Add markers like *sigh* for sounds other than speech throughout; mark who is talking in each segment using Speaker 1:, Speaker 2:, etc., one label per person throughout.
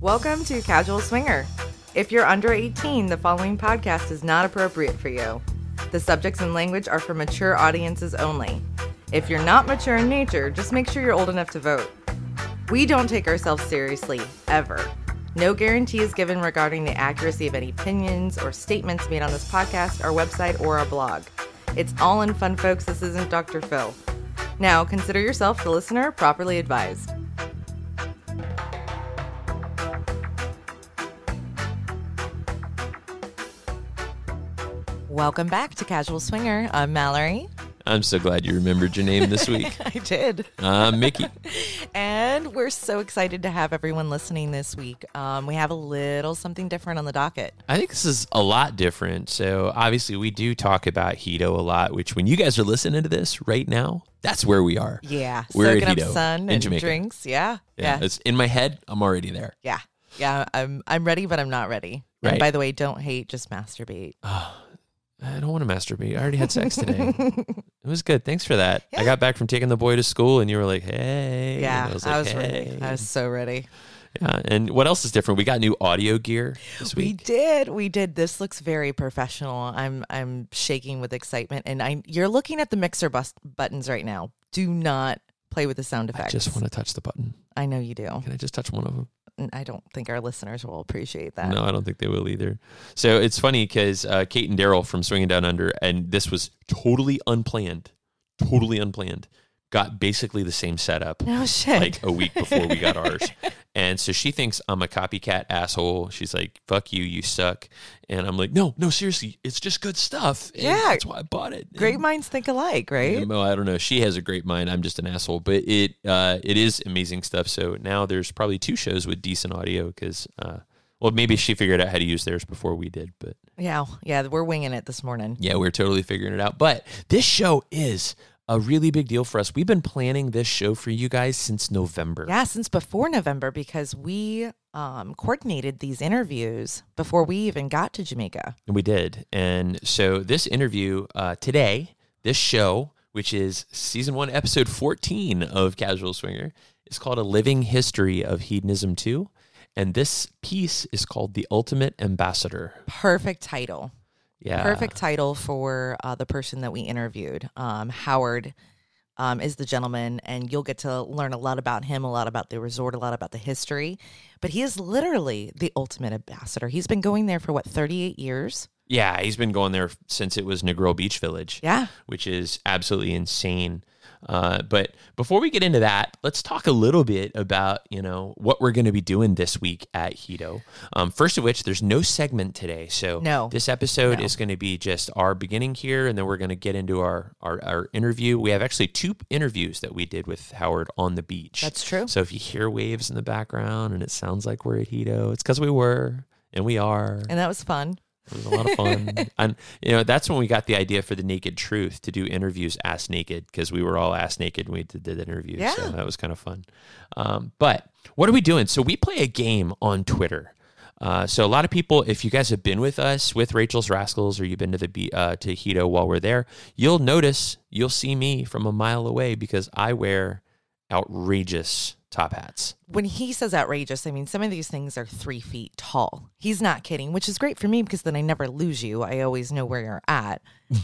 Speaker 1: Welcome to Casual Swinger. If you're under 18, the following podcast is not appropriate for you. The subjects and language are for mature audiences only. If you're not mature in nature, just make sure you're old enough to vote. We don't take ourselves seriously, ever. No guarantee is given regarding the accuracy of any opinions or statements made on this podcast, our website, or our blog. It's all in fun, folks. This isn't Dr. Phil. Now, consider yourself, the listener, properly advised. Welcome back to Casual Swinger. I'm Mallory.
Speaker 2: I'm so glad you remembered your name
Speaker 1: *laughs*
Speaker 2: this week.
Speaker 1: I did.
Speaker 2: I'm Mickey.
Speaker 1: And we're so excited to have everyone listening this week. Um, we have a little something different on the docket.
Speaker 2: I think this is a lot different. So, obviously, we do talk about Hito a lot, which when you guys are listening to this right now, that's where we are.
Speaker 1: Yeah.
Speaker 2: We're at
Speaker 1: soaking up
Speaker 2: Hito
Speaker 1: sun
Speaker 2: in
Speaker 1: and
Speaker 2: Jamaica.
Speaker 1: drinks. Yeah.
Speaker 2: Yeah,
Speaker 1: Yeah.
Speaker 2: It's in my head. I'm already there.
Speaker 1: Yeah. Yeah. I'm I'm ready, but I'm not ready. And
Speaker 2: Right. Oh,
Speaker 1: by the way, don't hate, just masturbate.
Speaker 2: I don't want to masturbate. I already had sex today.
Speaker 1: *laughs*
Speaker 2: it was good. Thanks for that. I got back from taking the boy to school, and you were like, hey. And
Speaker 1: Yeah. I was,
Speaker 2: like,
Speaker 1: ready. I
Speaker 2: "Hey."
Speaker 1: was so ready.
Speaker 2: yeah. And what else is different? We got new audio gear this
Speaker 1: We
Speaker 2: week.
Speaker 1: did. We did. This looks very professional. I'm I'm shaking with excitement and I you're looking at the mixer bus- buttons right now. Do not play with the sound
Speaker 2: I
Speaker 1: effects.
Speaker 2: just want to touch the button.
Speaker 1: I know you do.
Speaker 2: Can I just touch one of them?
Speaker 1: And I don't think our listeners will appreciate that. *laughs*
Speaker 2: No, I don't think they will either. So it's funny because uh, Kate and Daryl from Swinging Down Under, and this was totally unplanned, totally unplanned, got basically the
Speaker 1: *laughs*
Speaker 2: same setup
Speaker 1: No Oh, shit.
Speaker 2: like a week before we got ours. And so she thinks I'm a copycat asshole. She's like, fuck you, you suck. And I'm like, no, no, seriously, it's just good stuff. And
Speaker 1: Yeah.
Speaker 2: That's why I bought it.
Speaker 1: Great minds think alike, right?
Speaker 2: Well, I don't know. She has a great mind. I'm just an asshole, but it uh, it is amazing stuff. So now there's probably two shows with decent audio because, uh, well, maybe she figured out how to use theirs before we did. But
Speaker 1: Yeah, yeah, we're winging it this morning.
Speaker 2: yeah, we're totally figuring it out. But this show is a really big deal for us. We've been planning this show for you guys since November.
Speaker 1: Yeah, since before November because we um, coordinated these interviews before we even got to Jamaica.
Speaker 2: And we did. And so this interview uh, today, this show, which is season one, episode 14 of Casual Swinger, is called A Living History of Hedonism 2. And this piece is called The Ultimate Ambassador.
Speaker 1: Perfect title.
Speaker 2: Yeah.
Speaker 1: Perfect title for uh, the person that we interviewed. Um, Howard um, is the gentleman, and you'll get to learn a lot about him, a lot about the resort, a lot about the history. But he is literally the ultimate ambassador. He's been going there for what, 38 years?
Speaker 2: Yeah. He's been going there since it was Negril Beach Village.
Speaker 1: Yeah.
Speaker 2: which is absolutely insane. Uh, but before we get into that, let's talk a little bit about you know what we're going to be doing this week at Hito. Um, first of which, there's no segment today, so
Speaker 1: No.
Speaker 2: this episode
Speaker 1: No.
Speaker 2: is going to be just our beginning here, and then we're going to get into our, our our interview. We have actually two interviews that we did with Howard on the beach.
Speaker 1: That's true.
Speaker 2: So if you hear waves in the background and it sounds like we're at Hito, it's because we were and we are.
Speaker 1: And that was fun.
Speaker 2: It was a lot of
Speaker 1: *laughs*
Speaker 2: fun. and, you know, that's when we got the idea for the Naked Truth to do interviews ass naked because we were all ass naked when we did the interview.
Speaker 1: Yeah.
Speaker 2: So that was kind of fun. Um, but what are we doing? So we play a game on Twitter. Uh, so a lot of people, if you guys have been with us with Rachel's Rascals or you've been to the be- uh, to Hito while we're there, you'll notice you'll see me from a mile away because I wear outrageous top hats.
Speaker 1: when he says outrageous, I mean, some of these things are three feet tall. He's not kidding, which is great for me because then I never lose you. I always know where you're
Speaker 2: *laughs*
Speaker 1: at.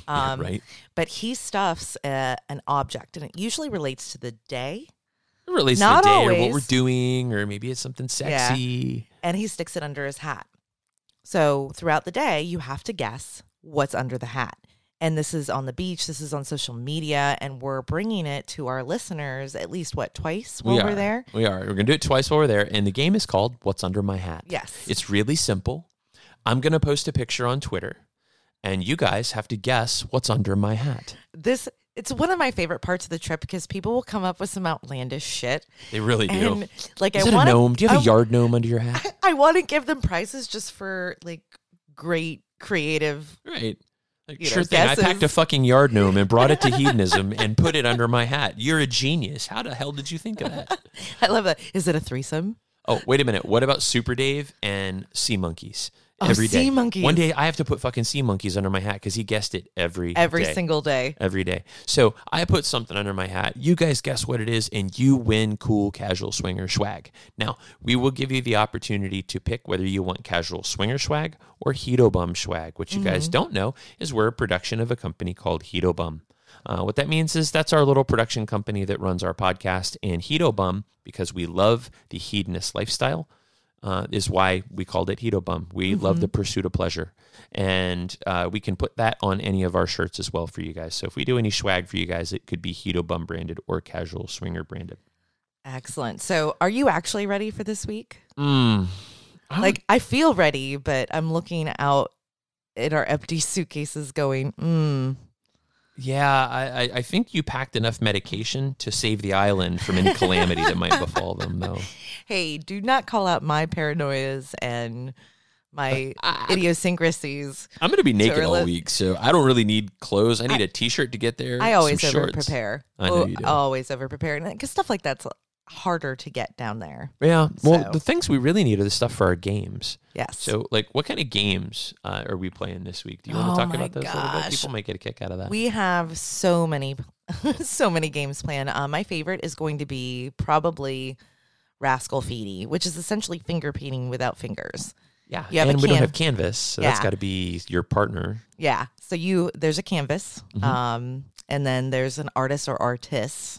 Speaker 1: Um,
Speaker 2: right.
Speaker 1: But he stuffs uh, an object, and it usually relates to the day,
Speaker 2: It relates
Speaker 1: Not
Speaker 2: to the day or
Speaker 1: always.
Speaker 2: what we're doing, or maybe it's something sexy.
Speaker 1: and he sticks it under his hat. So throughout the day, you have to guess what's under the hat. And this is on the beach, this is on social media, and we're bringing it to our listeners at least, what, twice while
Speaker 2: we
Speaker 1: we are
Speaker 2: are.
Speaker 1: there?
Speaker 2: We are. We're going to do it twice while we're there. And the game is called What's Under My Hat.
Speaker 1: Yes.
Speaker 2: It's really simple. I'm going to post a picture on Twitter, and you guys have to guess what's under my hat.
Speaker 1: this it's one of my favorite parts of the trip because people will come up with some outlandish shit.
Speaker 2: They really do.
Speaker 1: And like
Speaker 2: Is
Speaker 1: I Oh.
Speaker 2: it
Speaker 1: want
Speaker 2: a gnome? Do you have
Speaker 1: I,
Speaker 2: a yard gnome under your hat?
Speaker 1: *laughs* I want to give them prizes just for like great creative.
Speaker 2: Right. Like,
Speaker 1: You know,
Speaker 2: sure thing.
Speaker 1: guesses.
Speaker 2: I packed a fucking yard gnome and brought it
Speaker 1: *laughs*
Speaker 2: to hedonism and put it under my hat. You're a genius. How the hell did you think of that?
Speaker 1: *laughs* I love that. Is it a threesome?
Speaker 2: Oh, wait a minute. What about Super Dave and Sea Monkeys?
Speaker 1: Oh,
Speaker 2: every day.
Speaker 1: sea monkeys.
Speaker 2: One day I have to put fucking sea monkeys under my hat because he guessed it every
Speaker 1: every
Speaker 2: day.
Speaker 1: single day.
Speaker 2: every day. So I put something under my hat. You guys guess what it is, and you win cool casual swinger swag. Now, we will give you the opportunity to pick whether you want casual swinger swag or Hito Bum swag. What you guys don't know is we're a production of a company called Hito Bum. Uh, what that means is that's our little production company that runs our podcast, and Hito Bum, because we love the hedonist lifestyle uh, is why we called it Hito Bum. We love the pursuit of pleasure. And uh, we can put that on any of our shirts as well for you guys. So if we do any swag for you guys, it could be Hito Bum branded or casual swinger branded.
Speaker 1: Excellent. So, are you actually ready for this week?
Speaker 2: Mm.
Speaker 1: Like, I feel ready, but I'm looking out at our empty *laughs* suitcases going, mm,
Speaker 2: Yeah, I, I- I think you packed enough medication to save the island from any calamity that might befall them, though.
Speaker 1: hey, do not call out my paranoias and my
Speaker 2: Uh,
Speaker 1: idiosyncrasies.
Speaker 2: *laughs* I'm going to be naked
Speaker 1: we're
Speaker 2: all
Speaker 1: li-
Speaker 2: week, so I don't really need clothes. I need a t shirt to get there.
Speaker 1: I always
Speaker 2: some
Speaker 1: over
Speaker 2: shorts.
Speaker 1: prepare. Oh,
Speaker 2: I know you do.
Speaker 1: Always over prepare. Because stuff like that's harder to get down there.
Speaker 2: Yeah. Well,
Speaker 1: So-
Speaker 2: the things we really need are the stuff for our games.
Speaker 1: Yes.
Speaker 2: So, like, what kind of games uh, are we playing this week? Do you want
Speaker 1: Oh
Speaker 2: to talk
Speaker 1: my
Speaker 2: about those a little bit?
Speaker 1: gosh.
Speaker 2: People might get a kick out of that.
Speaker 1: We have so many, *laughs* so many games planned. Uh, my favorite is going to be probably Rascal Feedy, which is essentially finger painting without fingers.
Speaker 2: yeah,
Speaker 1: you have a
Speaker 2: and we don't
Speaker 1: can-
Speaker 2: have canvas, so that's
Speaker 1: Yeah.
Speaker 2: got to be your partner.
Speaker 1: Yeah. So you there's a canvas,
Speaker 2: Mm-hmm.
Speaker 1: um, and then there's an artist or artists,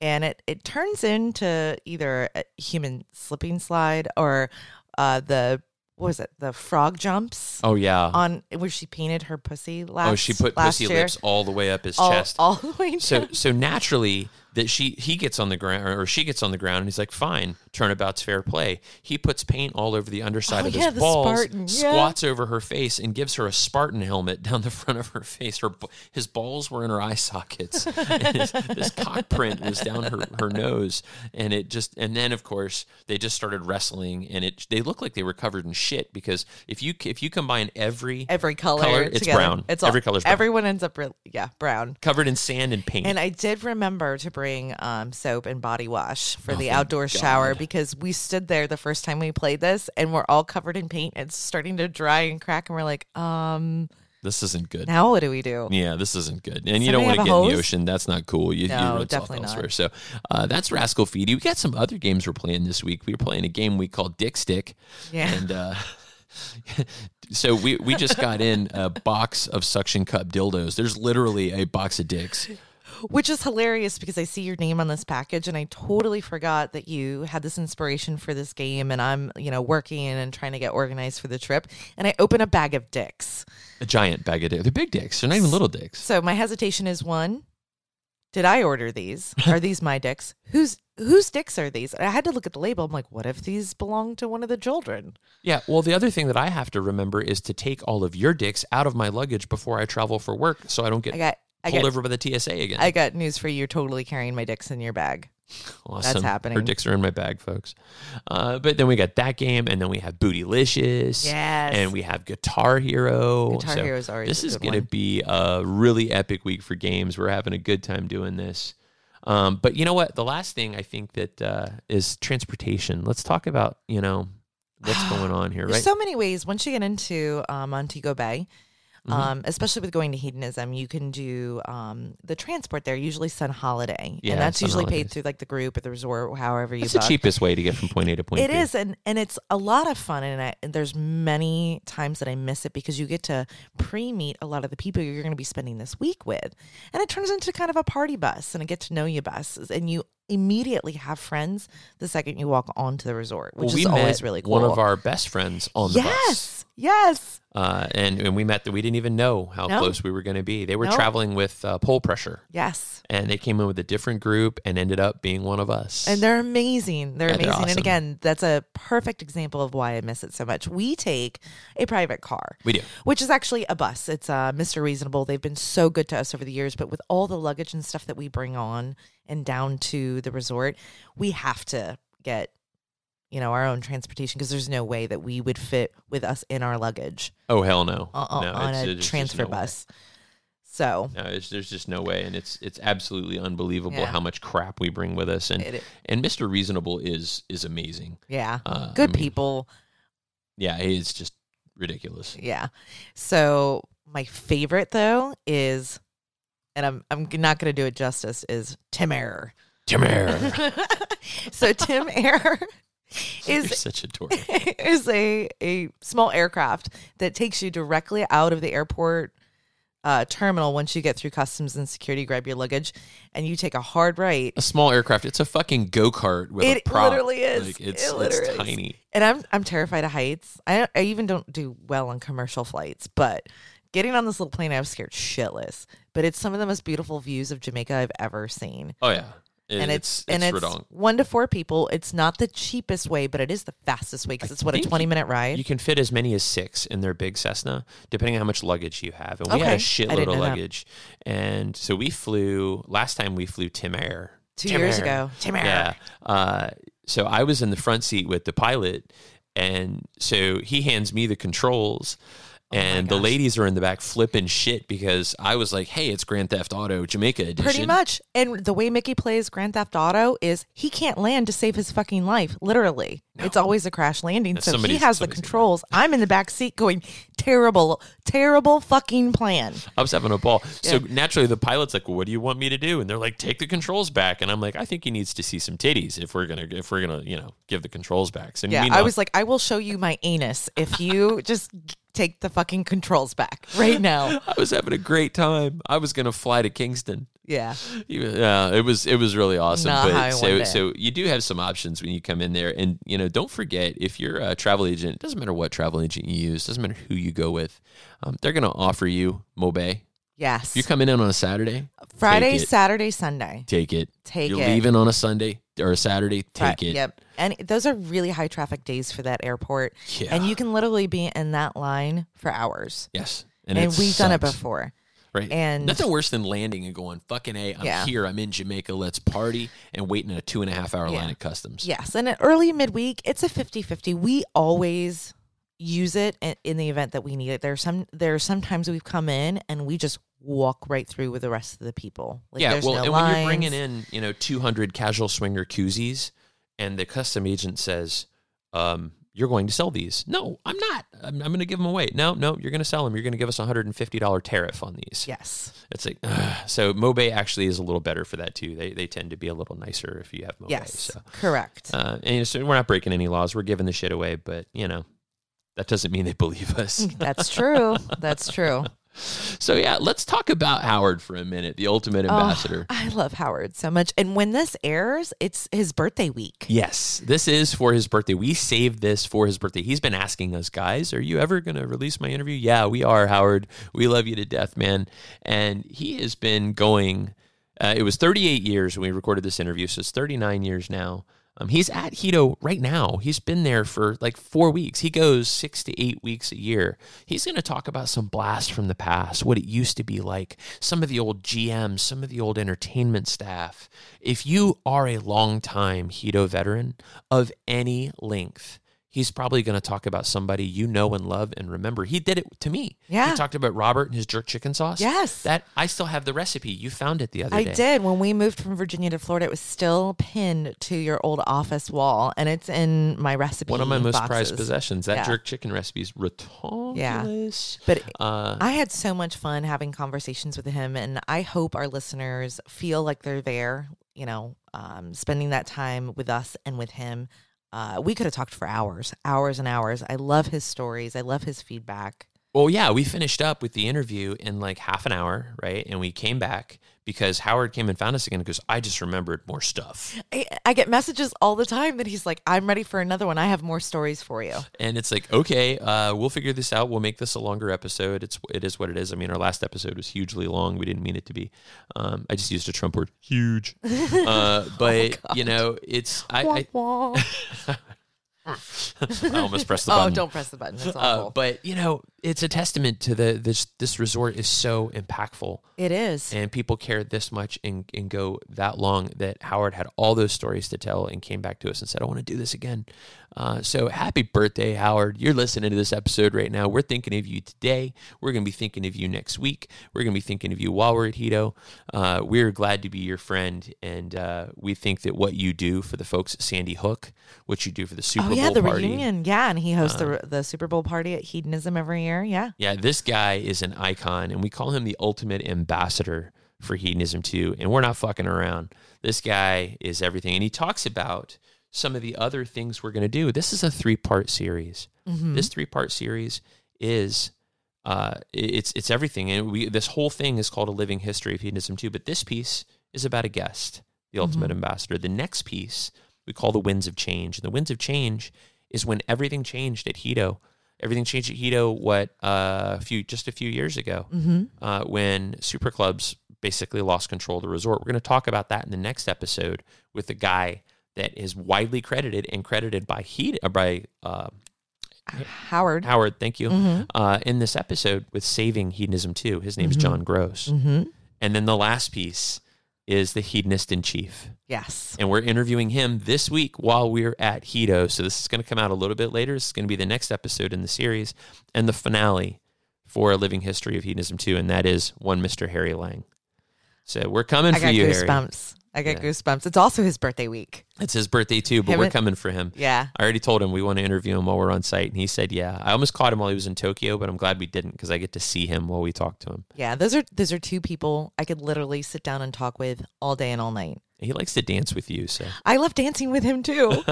Speaker 1: and it it turns into either a human slipping slide or uh, the what was it the frog jumps
Speaker 2: Oh yeah.
Speaker 1: on where she painted her pussy last.
Speaker 2: oh, she put
Speaker 1: last
Speaker 2: pussy
Speaker 1: year.
Speaker 2: lips all the way up his
Speaker 1: all,
Speaker 2: chest.
Speaker 1: all the way.
Speaker 2: so,
Speaker 1: down.
Speaker 2: so naturally that she he gets on the ground or she gets on the ground and he's like, "Fine, turnabout's fair play." He puts paint all over the underside
Speaker 1: Oh,
Speaker 2: of
Speaker 1: yeah,
Speaker 2: his
Speaker 1: the
Speaker 2: balls,
Speaker 1: Spartan, yeah.
Speaker 2: squats over her face, and gives her a Spartan helmet down the front of her face. Her b- his balls were in her eye sockets. *laughs* And his, this cock print was down her, her nose, and it just and then of course they just started wrestling, and it they looked like they were covered in shit because if you if you combine every
Speaker 1: every color,
Speaker 2: Color, it's
Speaker 1: together.
Speaker 2: brown.
Speaker 1: It's
Speaker 2: Every color's brown.
Speaker 1: Everyone ends up re- yeah brown.
Speaker 2: covered in sand and paint.
Speaker 1: And I did remember to bring um, soap and body wash
Speaker 2: Oh,
Speaker 1: for the outdoor shower because we stood there the first time we played this and we're all covered in paint. It's starting to dry and crack, and we're like, um,
Speaker 2: this isn't good.
Speaker 1: now what do we do?
Speaker 2: Yeah, this isn't good. And you don't
Speaker 1: Somebody have
Speaker 2: want to get
Speaker 1: a
Speaker 2: in the
Speaker 1: hose?
Speaker 2: ocean. That's not cool. You,
Speaker 1: No,
Speaker 2: you rinse off
Speaker 1: definitely not.
Speaker 2: elsewhere. So uh, that's Rascal Feedy. We got some other games we're playing this week. We were playing a game we call Dick Stick.
Speaker 1: Yeah.
Speaker 2: And uh, *laughs* so we, we just got in a box of suction cup dildos. There's literally a box of dicks.
Speaker 1: Which is hilarious because I see your name on this package and I totally forgot that you had this inspiration for this game and I'm, you know, working and trying to get organized for the trip. And I open a bag of dicks.
Speaker 2: A giant bag of dicks. They're big dicks. They're not even little dicks.
Speaker 1: So my hesitation is one, did I order these? Are these my dicks? Whose whose dicks are these? I had to look at the label. I'm like, what if these belong to one of the children?
Speaker 2: Yeah. Well, the other thing that I have to remember is to take all of your dicks out of my luggage before I travel for work so I don't get
Speaker 1: I got I
Speaker 2: pulled
Speaker 1: got
Speaker 2: over by the TSA again.
Speaker 1: I got news for you. You're totally carrying my dicks in your bag.
Speaker 2: Awesome. Her
Speaker 1: happening.
Speaker 2: dicks are in my bag, folks. Uh, but then we got that game, and then we have Bootylicious.
Speaker 1: Yes.
Speaker 2: And we have Guitar Hero.
Speaker 1: Guitar Hero is always
Speaker 2: This
Speaker 1: a
Speaker 2: is
Speaker 1: good
Speaker 2: going to
Speaker 1: one.
Speaker 2: be a really epic week for games. We're having a good time doing this. Um, but you know what? The last thing I think that uh, is transportation. Let's talk about you know
Speaker 1: *gasps*
Speaker 2: what's going on here, right?
Speaker 1: There's so many ways. Once you get into um, Montego Bay,
Speaker 2: Mm-hmm.
Speaker 1: um, especially with going to hedonism, you can do um, the transport there. Usually Sun Holiday,
Speaker 2: Yeah,
Speaker 1: and that's
Speaker 2: Sun
Speaker 1: usually paid
Speaker 2: Holidays.
Speaker 1: through like the group or the resort, however you.
Speaker 2: it's the
Speaker 1: book.
Speaker 2: cheapest way to get from point A to point
Speaker 1: It
Speaker 2: B.
Speaker 1: is, and and it's a lot of fun, and, I, and there's many times that I miss it because you get to pre-meet a lot of the people you're going to be spending this week with, and it turns into kind of a party bus and a get to know you bus, and you immediately have friends the second you walk onto the resort, which
Speaker 2: Well, we
Speaker 1: is always
Speaker 2: met
Speaker 1: really cool.
Speaker 2: one of our best friends on the bus.
Speaker 1: yes, yes,
Speaker 2: uh, and and we met that we didn't even know how
Speaker 1: No.
Speaker 2: close we were going to be. They were
Speaker 1: No.
Speaker 2: traveling with uh, pole pressure,
Speaker 1: yes,
Speaker 2: and they came in with a different group and ended up being one of us.
Speaker 1: and they're amazing. They're
Speaker 2: Yeah, they're
Speaker 1: amazing, and
Speaker 2: awesome.
Speaker 1: again, that's a perfect example of why I miss it so much. We take a private car.
Speaker 2: we do.
Speaker 1: which is actually a bus. It's uh, Mr. Reasonable. They've been so good to us over the years, but with all the luggage and stuff that we bring on and down to the resort, we have to get you know our own transportation because there's no way that we would fit with us in our luggage
Speaker 2: Oh hell no!
Speaker 1: o- o-
Speaker 2: no,
Speaker 1: Uh, on
Speaker 2: it's-
Speaker 1: a
Speaker 2: there's just
Speaker 1: transfer
Speaker 2: no way.
Speaker 1: bus. So
Speaker 2: No, it's, there's just no way, and it's it's absolutely unbelievable
Speaker 1: Yeah.
Speaker 2: how much crap we bring with us, and
Speaker 1: It is.
Speaker 2: and Mr. Reasonable is is amazing.
Speaker 1: yeah,
Speaker 2: Uh, I
Speaker 1: good
Speaker 2: mean-
Speaker 1: people.
Speaker 2: Yeah, he is just ridiculous.
Speaker 1: Yeah. So my favorite though is, and I'm I'm not gonna do it justice. Is Tim Error.
Speaker 2: Tim Air.
Speaker 1: so Tim Air
Speaker 2: *laughs* You're
Speaker 1: *laughs* is *laughs*
Speaker 2: such a dork.
Speaker 1: is a a small aircraft that takes you directly out of the airport uh, terminal once you get through customs and security. Grab your luggage, and you take a hard right.
Speaker 2: A small aircraft. It's a fucking go kart with
Speaker 1: It
Speaker 2: a prop.
Speaker 1: literally is.
Speaker 2: Like,
Speaker 1: It
Speaker 2: it's,
Speaker 1: literally
Speaker 2: it's
Speaker 1: is.
Speaker 2: tiny.
Speaker 1: And I'm I'm terrified of heights. I I even don't do well on commercial flights, but getting on this little plane, I was scared shitless. But it's some of the most beautiful views of Jamaica I've ever seen.
Speaker 2: Oh yeah. It-
Speaker 1: and
Speaker 2: it's
Speaker 1: it's, and it's
Speaker 2: redonk.
Speaker 1: one to four people. It's not the cheapest way, but it is the fastest way because it's what a
Speaker 2: think
Speaker 1: twenty minute ride.
Speaker 2: You can fit as many as six in their big Cessna, depending on how much luggage you have. And we had a
Speaker 1: Okay. I
Speaker 2: shitload
Speaker 1: didn't
Speaker 2: of
Speaker 1: know that.
Speaker 2: luggage. And so we flew last time we flew Tim Air.
Speaker 1: Two
Speaker 2: Tim
Speaker 1: years
Speaker 2: Air.
Speaker 1: ago, Tim Air.
Speaker 2: Yeah. Uh, so I was in the front seat with the pilot, and so he hands me the controls.
Speaker 1: Oh
Speaker 2: And the ladies are in the back flipping shit because I was like, "Hey, it's Grand Theft Auto Jamaica edition."
Speaker 1: Pretty much. And the way Mickey plays Grand Theft Auto is he can't land to save his fucking life, literally. It's always a crash landing. so he
Speaker 2: somebody's-
Speaker 1: has the
Speaker 2: somebody's gonna-
Speaker 1: controls. I'm in the back seat going, terrible, terrible fucking plan.
Speaker 2: I was having a ball. So naturally, the pilot's like, well, "What do you want me to do?" And they're like, "Take the controls back." And I'm like, "I think he needs to see some titties if we're gonna if we're gonna you know give the controls back." So
Speaker 1: Yeah, I
Speaker 2: meanwhile-
Speaker 1: was like, I will show you my anus if
Speaker 2: *laughs*
Speaker 1: you just take the fucking controls back right now.
Speaker 2: I was having a great time. I was gonna fly to Kingston.
Speaker 1: Yeah.
Speaker 2: Even- Yeah, it was it was really awesome.
Speaker 1: Not how I
Speaker 2: but so
Speaker 1: wanted it.
Speaker 2: so you do have some options when you come in there, and you know don't forget if you're a travel agent, it doesn't matter what travel agent you use, doesn't matter who you go with, um, they're gonna offer you Mobay.
Speaker 1: Yes.
Speaker 2: You're coming in on a Saturday,
Speaker 1: Friday,
Speaker 2: take it.
Speaker 1: Saturday, Sunday.
Speaker 2: take it.
Speaker 1: Take
Speaker 2: you're
Speaker 1: it.
Speaker 2: leaving on a Sunday or a Saturday,
Speaker 1: Fri-
Speaker 2: take it.
Speaker 1: Yep. And those are really high traffic days for that airport.
Speaker 2: Yeah.
Speaker 1: And you can literally be in that line for hours.
Speaker 2: Yes.
Speaker 1: and
Speaker 2: it
Speaker 1: we've done it
Speaker 2: sucks,
Speaker 1: before.
Speaker 2: Right.
Speaker 1: and-
Speaker 2: nothing worse than landing and going, fucking A, I'm
Speaker 1: Yeah.
Speaker 2: here, I'm in Jamaica, let's party and waiting in a two and a half hour line
Speaker 1: Yeah.
Speaker 2: at customs.
Speaker 1: Yes. And an early midweek, it's a 50 50. We always use it in, in the event that we need it. There are some there are sometimes we've come in and we just walk right through with the rest of the people. Like
Speaker 2: yeah,
Speaker 1: there's
Speaker 2: well,
Speaker 1: no
Speaker 2: and when
Speaker 1: lines.
Speaker 2: you're bringing in, you know, 200 casual swinger koozies and the custom agent says, um, you're going to sell these. No, I'm not. I'm, I'm going to give them away. No, no, you're going to sell them. You're going to give us a $150 tariff on these.
Speaker 1: Yes.
Speaker 2: It's like, ugh. so Mobay actually is a little better for that too. They, they tend to be a little nicer if you have Mobay.
Speaker 1: Yes.
Speaker 2: So.
Speaker 1: Correct.
Speaker 2: Uh, and so we're not breaking any laws. We're giving the shit away, but you know, that doesn't mean they believe us.
Speaker 1: That's true. That's true.
Speaker 2: *laughs* so yeah, let's talk about Howard for a minute, the ultimate
Speaker 1: Oh,
Speaker 2: ambassador.
Speaker 1: I love Howard so much. And when this airs, it's his birthday week.
Speaker 2: Yes, this is for his birthday. We saved this for his birthday. He's been asking us, guys, are you ever going to release my interview? Yeah, we are, Howard. We love you to death, man. And he has been going, uh, it was 38 years when we recorded this interview, so it's 39 years now. Um, he's at Hito right now. He's been there for like four weeks. He goes six to eight weeks a year. He's going to talk about some blasts from the past, what it used to be like, some of the old GMs, some of the old entertainment staff. If you are a longtime Hito veteran of any length, he's probably going to talk about somebody you know and love and remember. He did it to me.
Speaker 1: Yeah.
Speaker 2: He talked about Robert and his jerk chicken sauce.
Speaker 1: Yes.
Speaker 2: That I still have the recipe. You found it the other
Speaker 1: I
Speaker 2: day.
Speaker 1: did. When we moved from Virginia to Florida, it was still pinned to your old office wall, and it's in my recipe.
Speaker 2: One of my most prized
Speaker 1: boxes.
Speaker 2: possessions. That
Speaker 1: Yeah.
Speaker 2: jerk chicken recipe is ridiculous.
Speaker 1: But
Speaker 2: Uh,
Speaker 1: I had so much fun having conversations with him, and I hope our listeners feel like they're there, you know, um, spending that time with us and with him. Uh, we could have talked for hours, hours and hours. I love his stories. I love his feedback.
Speaker 2: Well, yeah, we finished up with the interview in like half an hour, right? And we came back because Howard came and found us again and goes, I just remembered more stuff.
Speaker 1: I, I get messages all the time that he's like, I'm ready for another one. I have more stories for you.
Speaker 2: And it's like, okay, uh, we'll figure this out. We'll make this a longer episode. It's it is what it is. I mean, our last episode was hugely long. We didn't mean it to be. Um, I just used a Trump word, huge. Uh, but you know, it's I, *laughs* I, *laughs*
Speaker 1: Wah, wah.
Speaker 2: I almost pressed the
Speaker 1: oh, *laughs*
Speaker 2: button. *laughs*
Speaker 1: don't press the button. That's
Speaker 2: Uh,
Speaker 1: awful.
Speaker 2: but you know, it's a testament to the this this resort is so impactful
Speaker 1: It is.
Speaker 2: and people care this much and, and go that long that Howard had all those stories to tell and came back to us and said, I want to do this again. Uh, so happy birthday, Howard. You're listening to this episode right now. We're thinking of you today. We're going to be thinking of you next week. We're going to be thinking of you while we're at Hito. Uh, we're glad to be your friend. And uh, we think that what you do for the folks at Sandy Hook, what you do for the Super
Speaker 1: oh yeah,
Speaker 2: Bowl
Speaker 1: the
Speaker 2: party. Uh,
Speaker 1: reunion. Yeah, and he hosts the the Super Bowl party at Hedonism every year. Yeah.
Speaker 2: Yeah, this guy is an icon, and we call him the ultimate ambassador for hedonism too. And we're not fucking around. This guy is everything, and he talks about some of the other things we're going to do. This is a three-part series. This three-part series is uh, it's it's everything, and we this whole thing is called a living history of hedonism too. But this piece is about a guest, the ultimate ambassador. The next piece we call the winds of change, and the winds of change is when everything changed at Hito. Everything changed at Hito. What uh, a few just a few years ago, uh, when super clubs basically lost control of the resort. We're going to talk about that in the next episode with the guy that is widely credited and credited by Hito uh, by uh,
Speaker 1: Howard.
Speaker 2: Howard, thank you.
Speaker 1: Mm-hmm.
Speaker 2: Uh, in this episode with Saving Hedonism 2, his name's John Gross.
Speaker 1: Mm-hmm.
Speaker 2: And then the last piece is the hedonist in chief.
Speaker 1: Yes.
Speaker 2: And we're interviewing him this week while we're at Hedo. So this is going to come out a little bit later. This is going to be the next episode in the series and the finale for A Living History of Hedonism 2. And that is one Mr. Harry Lang. So we're coming
Speaker 1: I
Speaker 2: for
Speaker 1: got
Speaker 2: you, Harry.
Speaker 1: goosebumps. I got goosebumps. It's also his birthday week.
Speaker 2: It's his birthday too, but
Speaker 1: Him
Speaker 2: we're
Speaker 1: and-
Speaker 2: coming for him.
Speaker 1: Yeah.
Speaker 2: I already told him we want to interview him while we're on site, and he said, "Yeah." I almost caught him while he was in Tokyo, but I'm glad we didn't because I get to see him while we talk to him.
Speaker 1: Yeah. Those are those are two people I could literally sit down and talk with all day and all night.
Speaker 2: And He likes to dance with you, so *laughs*
Speaker 1: I love dancing with him too.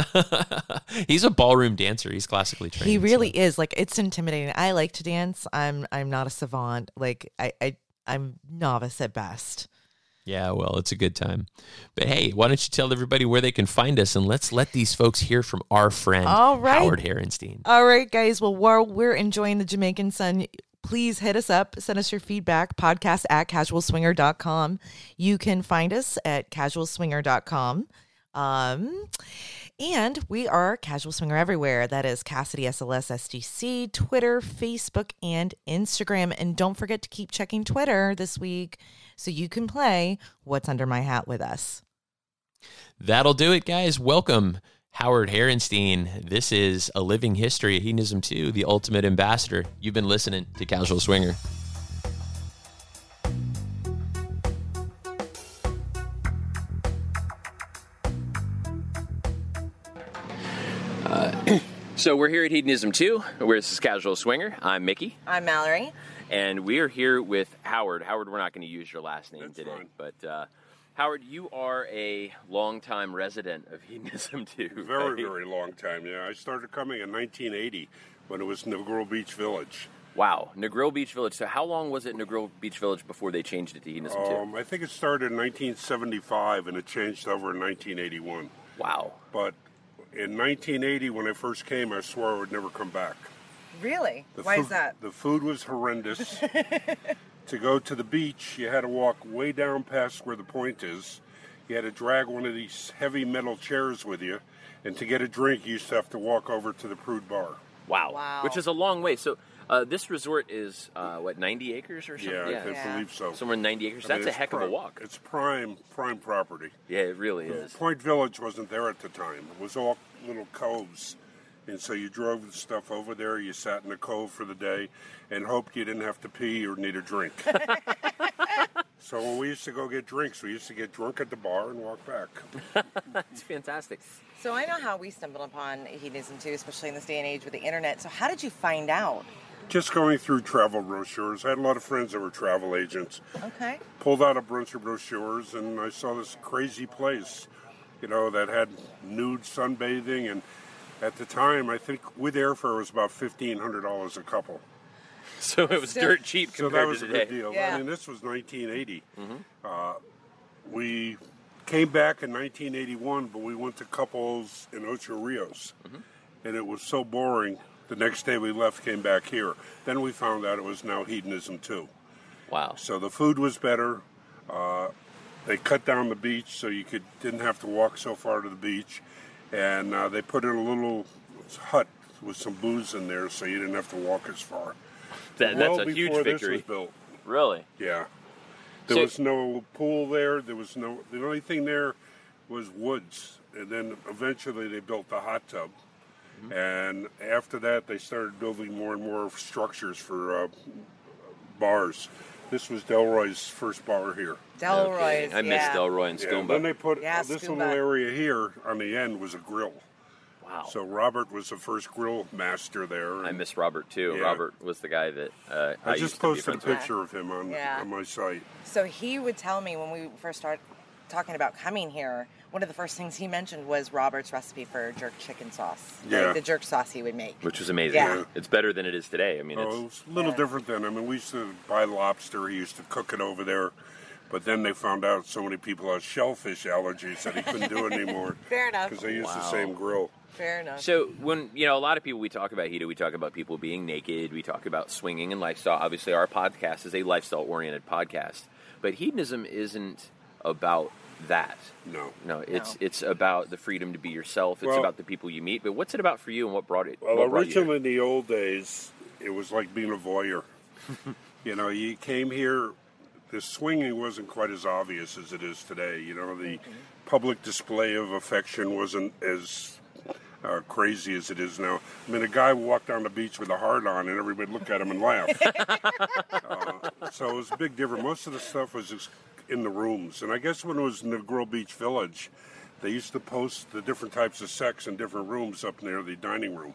Speaker 2: he's a ballroom dancer. He's classically trained.
Speaker 1: he
Speaker 2: so-
Speaker 1: really is. Like it's intimidating. I like to dance. I'm I'm not a savant. Like I, I I'm novice at best.
Speaker 2: yeah. Well, it's a good time. But hey, why don't you tell everybody where they can find us, and let's let these folks hear from our friend
Speaker 1: All right.
Speaker 2: Howard Herenstein.
Speaker 1: All right, guys. Well, while we're enjoying the Jamaican sun, please hit us up. Send us your feedback. Podcast at casualswinger.com. You can find us at casualswinger.com. Um, and we are Casual Swinger everywhere. That is Cassidy SLS SDC, Twitter, Facebook, and Instagram. And don't forget to keep checking Twitter this week so you can play What's Under My Hat with us.
Speaker 2: That'll do it, guys. Welcome, Howard Herenstein. This is a living history of hedonism too. The ultimate ambassador. You've been listening to Casual Swinger. Uh, *clears throat* So we're here at Hedonism 2. We're this is Casual Swinger. I'm Mickey,
Speaker 1: I'm Mallory.
Speaker 2: and we are here with Howard. Howard, we're not going to use your last name today,
Speaker 3: fine.
Speaker 2: but uh, Howard, you are a longtime resident of Hedonism 2.
Speaker 3: *laughs* Very,
Speaker 2: right?
Speaker 3: very long time. Yeah, I started coming in 1980 when it was Negro Beach Village.
Speaker 2: Wow, Negril Beach Village. So how long was it Negril Beach Village before they changed it to Hedonism 2?
Speaker 3: Um, I think it started in 1975 and it changed over in 1981.
Speaker 2: Wow.
Speaker 3: But in 1980, when I first came, I swore I would never come back.
Speaker 1: Really?
Speaker 3: The food, The food was horrendous. to go to the beach, you had to walk way down past where the point is. You had to drag one of these heavy metal chairs with you. And to get a drink, you used to have to walk over to the Prude Bar.
Speaker 2: Wow.
Speaker 1: Wow.
Speaker 2: Which is a long way. So uh, this resort is, uh, what, 90 acres or something?
Speaker 3: Yeah, I
Speaker 1: Yeah.
Speaker 3: can believe so.
Speaker 2: Somewhere in 90 acres.
Speaker 3: I mean,
Speaker 2: That's a
Speaker 3: it's
Speaker 2: heck of a
Speaker 3: prime-
Speaker 2: walk.
Speaker 3: It's prime prime property.
Speaker 2: Yeah, it really is.
Speaker 3: Point Village wasn't there at the time. It was all little coves. And so you drove the stuff over there, you sat in the cove for the day and hoped you didn't have to pee or need
Speaker 2: *laughs*
Speaker 3: a drink. so when we used to go get drinks, we used to get drunk at the bar and walk back.
Speaker 2: It's fantastic.
Speaker 1: So I know how we stumbled upon hedonism too, especially in this day and age with the internet. So how did you find out?
Speaker 3: Just going through travel brochures. I had a lot of friends that were travel agents.
Speaker 1: Okay.
Speaker 3: pulled out a bunch of brochures and I saw this crazy place, you know, that had nude sunbathing and at the time I think with airfare was about fifteen hundred dollars a couple.
Speaker 2: *laughs* So it was
Speaker 1: So-
Speaker 2: dirt cheap
Speaker 3: So
Speaker 2: compared
Speaker 3: that was
Speaker 2: to
Speaker 3: a
Speaker 2: today. Mm-hmm.
Speaker 3: good deal.
Speaker 1: Yeah.
Speaker 3: I mean this was nineteen Uh, we came back in nineteen eighty one but we went to couples in Ocho Rios
Speaker 2: Mm-hmm.
Speaker 3: and it was so boring the next day we left, came back here. Then we found out it was now hedonism too.
Speaker 2: Wow.
Speaker 3: So the food was better. Uh, they cut down the beach so you could didn't have to walk so far to the beach, and uh, they put in a little hut with some booze in there so you didn't have to walk as far.
Speaker 2: That,
Speaker 3: well
Speaker 2: that's a huge
Speaker 3: before this was
Speaker 2: victory.
Speaker 3: built.
Speaker 2: Really?
Speaker 3: Yeah. There
Speaker 2: So-
Speaker 3: was no pool there. There was no. The only thing there was woods, and then eventually they built the hot tub.
Speaker 2: Mm-hmm.
Speaker 3: And after that, they started building more and more structures for uh, bars. This was Delroy's first bar here.
Speaker 2: Okay.
Speaker 1: Delroy's.
Speaker 2: I missed
Speaker 1: yeah.
Speaker 2: Delroy and
Speaker 3: Yeah, and then
Speaker 2: Skoomba.
Speaker 3: they put
Speaker 1: Yeah,
Speaker 3: this
Speaker 1: Skoomba.
Speaker 3: little area here on the end was a grill.
Speaker 2: Wow.
Speaker 3: So Robert was the first grill master there.
Speaker 2: Oh. I
Speaker 3: and
Speaker 2: miss Robert too.
Speaker 3: Yeah.
Speaker 2: Robert was the guy that uh, I,
Speaker 3: I
Speaker 2: used
Speaker 3: just
Speaker 2: to be
Speaker 3: posted a
Speaker 2: friends with.
Speaker 3: picture of him on,
Speaker 1: Yeah.
Speaker 3: on my site.
Speaker 1: So he would tell me when we first started talking about coming here, one of the first things he mentioned was Robert's recipe for jerk chicken sauce. like
Speaker 3: Yeah.
Speaker 1: the jerk sauce he would make.
Speaker 2: which was amazing.
Speaker 1: Yeah.
Speaker 2: It's better than it is today. I mean, it's
Speaker 3: Oh, it's a little different then. I mean, we used to buy lobster. He used to cook it over there, but then they found out so many people had shellfish allergies that he couldn't do it anymore.
Speaker 1: *laughs* Fair enough.
Speaker 3: Because they used the
Speaker 2: Wow.
Speaker 3: same grill.
Speaker 1: Fair enough.
Speaker 2: So when you know a lot of people, we talk about Hita. We talk about people being naked. We talk about swinging and lifestyle. Obviously, our podcast is a lifestyle-oriented podcast, but hedonism isn't about that.
Speaker 3: No.
Speaker 2: No, it's it's about the freedom to be yourself. It's
Speaker 3: Well-
Speaker 2: about the people you meet. But what's it about for you, and what brought it?
Speaker 3: Well,
Speaker 2: what brought you here?
Speaker 3: originally in the old days, it was like being a voyeur. you know, you came here. The swinging wasn't quite as obvious as it is today. You know, the public display of affection wasn't as uh, crazy as it is now. I mean, a guy would walk down the beach with a heart on, and everybody would look at him and laugh. uh, so it was a big difference. Most of the stuff was just in the rooms, and I guess when it was in the Girl Beach Village, they used to post the different types of sex in different rooms up near the dining room.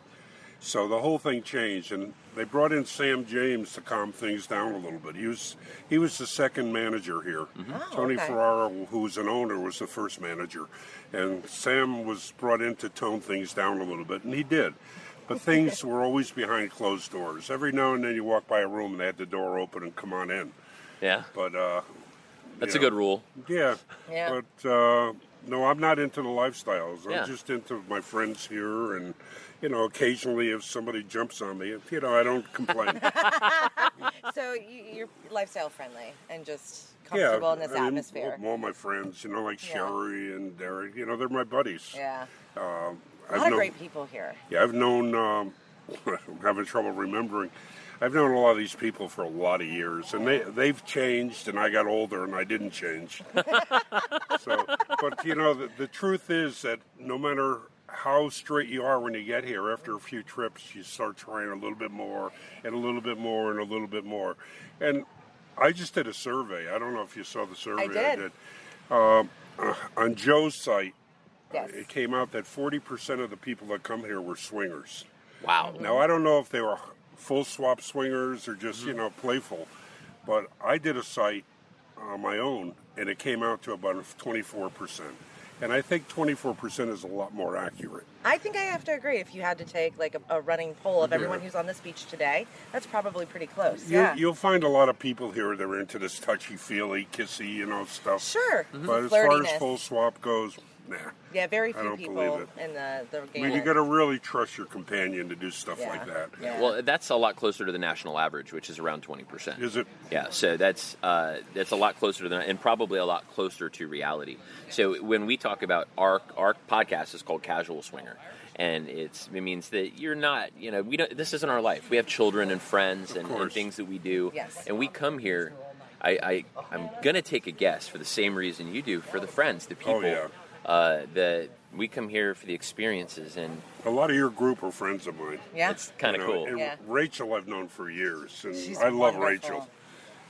Speaker 3: So the whole thing changed, and they brought in Sam James to calm things down a little bit. He was he was the second manager here. Tony
Speaker 1: okay.
Speaker 3: Ferraro, who was an owner, was the first manager, and Sam was brought in to tone things down a little bit, and he did. But things were always behind closed doors. Every now and then you walk by a room and they had the door open and come on in.
Speaker 2: yeah,
Speaker 3: But uh,
Speaker 2: that's
Speaker 3: you
Speaker 2: a
Speaker 3: know.
Speaker 2: good rule.
Speaker 3: yeah.
Speaker 1: Yeah.
Speaker 3: But uh, no, I'm not into the lifestyles. I'm
Speaker 2: Yeah.
Speaker 3: just into my friends here, and you know, occasionally if somebody jumps on me, you know, I don't
Speaker 1: *laughs*
Speaker 3: complain.
Speaker 1: So you, you're lifestyle friendly and just
Speaker 3: yeah,
Speaker 1: comfortable in this
Speaker 3: I mean,
Speaker 1: atmosphere.
Speaker 3: All my friends, you know, like
Speaker 1: Yeah.
Speaker 3: Sherry and Derek, you know, they're my buddies.
Speaker 1: yeah.
Speaker 3: Um,
Speaker 1: A
Speaker 3: I've
Speaker 1: lot of
Speaker 3: known-
Speaker 1: great people here.
Speaker 3: Yeah, I've known. Um, *laughs* I'm having trouble remembering. I've known a lot of these people for a lot of years, and they they've changed, and I got older, and I didn't change. so, but you know, the, the truth is that no matter how straight you are when you get here, after a few trips, you start trying a little bit more, and a little bit more, and a little bit more, and. I just did a survey. I don't know if you saw the survey
Speaker 1: did.
Speaker 3: Um, on Joe's site,
Speaker 1: Yes.
Speaker 3: it came out that 40% of the people that come here were swingers.
Speaker 2: Wow.
Speaker 3: Now, I don't know if they were full swap swingers or just, you know, playful, but I did a site on my own and it came out to about 24%. And I think 24% is a lot more accurate.
Speaker 1: I think I have to agree. If you had to take like a, a running poll of everyone who's on this beach today, that's probably pretty close. yeah.
Speaker 3: You, you'll find a lot of people here that are into this touchy feely, kissy, you know, stuff.
Speaker 1: sure.
Speaker 3: But as far as
Speaker 1: Flirtiness.
Speaker 3: full swap goes, nah.
Speaker 1: yeah, very
Speaker 3: I
Speaker 1: few
Speaker 3: don't
Speaker 1: people
Speaker 3: believe
Speaker 1: in the the
Speaker 3: I
Speaker 1: game.
Speaker 3: mean, you got to really trust your companion to do stuff
Speaker 1: Yeah.
Speaker 3: like that. Is
Speaker 1: Yeah.
Speaker 2: Well, that's a lot closer to the national average, which is around twenty percent.
Speaker 3: it?
Speaker 2: Yeah, so that's uh, that's a lot closer than, and probably a lot closer to reality. So when we talk about our our podcast is called Casual Swinger, and it's it means that you're not, you know, we don't. This isn't our life. We have children and friends and, and
Speaker 3: course.
Speaker 2: things that we do,
Speaker 1: Yes.
Speaker 2: and we come here. I, I I'm gonna take a guess for the same reason you do for the friends, the people.
Speaker 3: Oh, yeah.
Speaker 2: Uh, the we come here for the experiences, and
Speaker 3: A lot of your group are friends of mine.
Speaker 1: yeah.
Speaker 2: it's kind of
Speaker 3: You know,
Speaker 2: cool.
Speaker 3: and
Speaker 1: Yeah.
Speaker 3: Rachel, I've known for years, and
Speaker 1: She's
Speaker 3: I love
Speaker 1: wonderful.
Speaker 3: Rachel.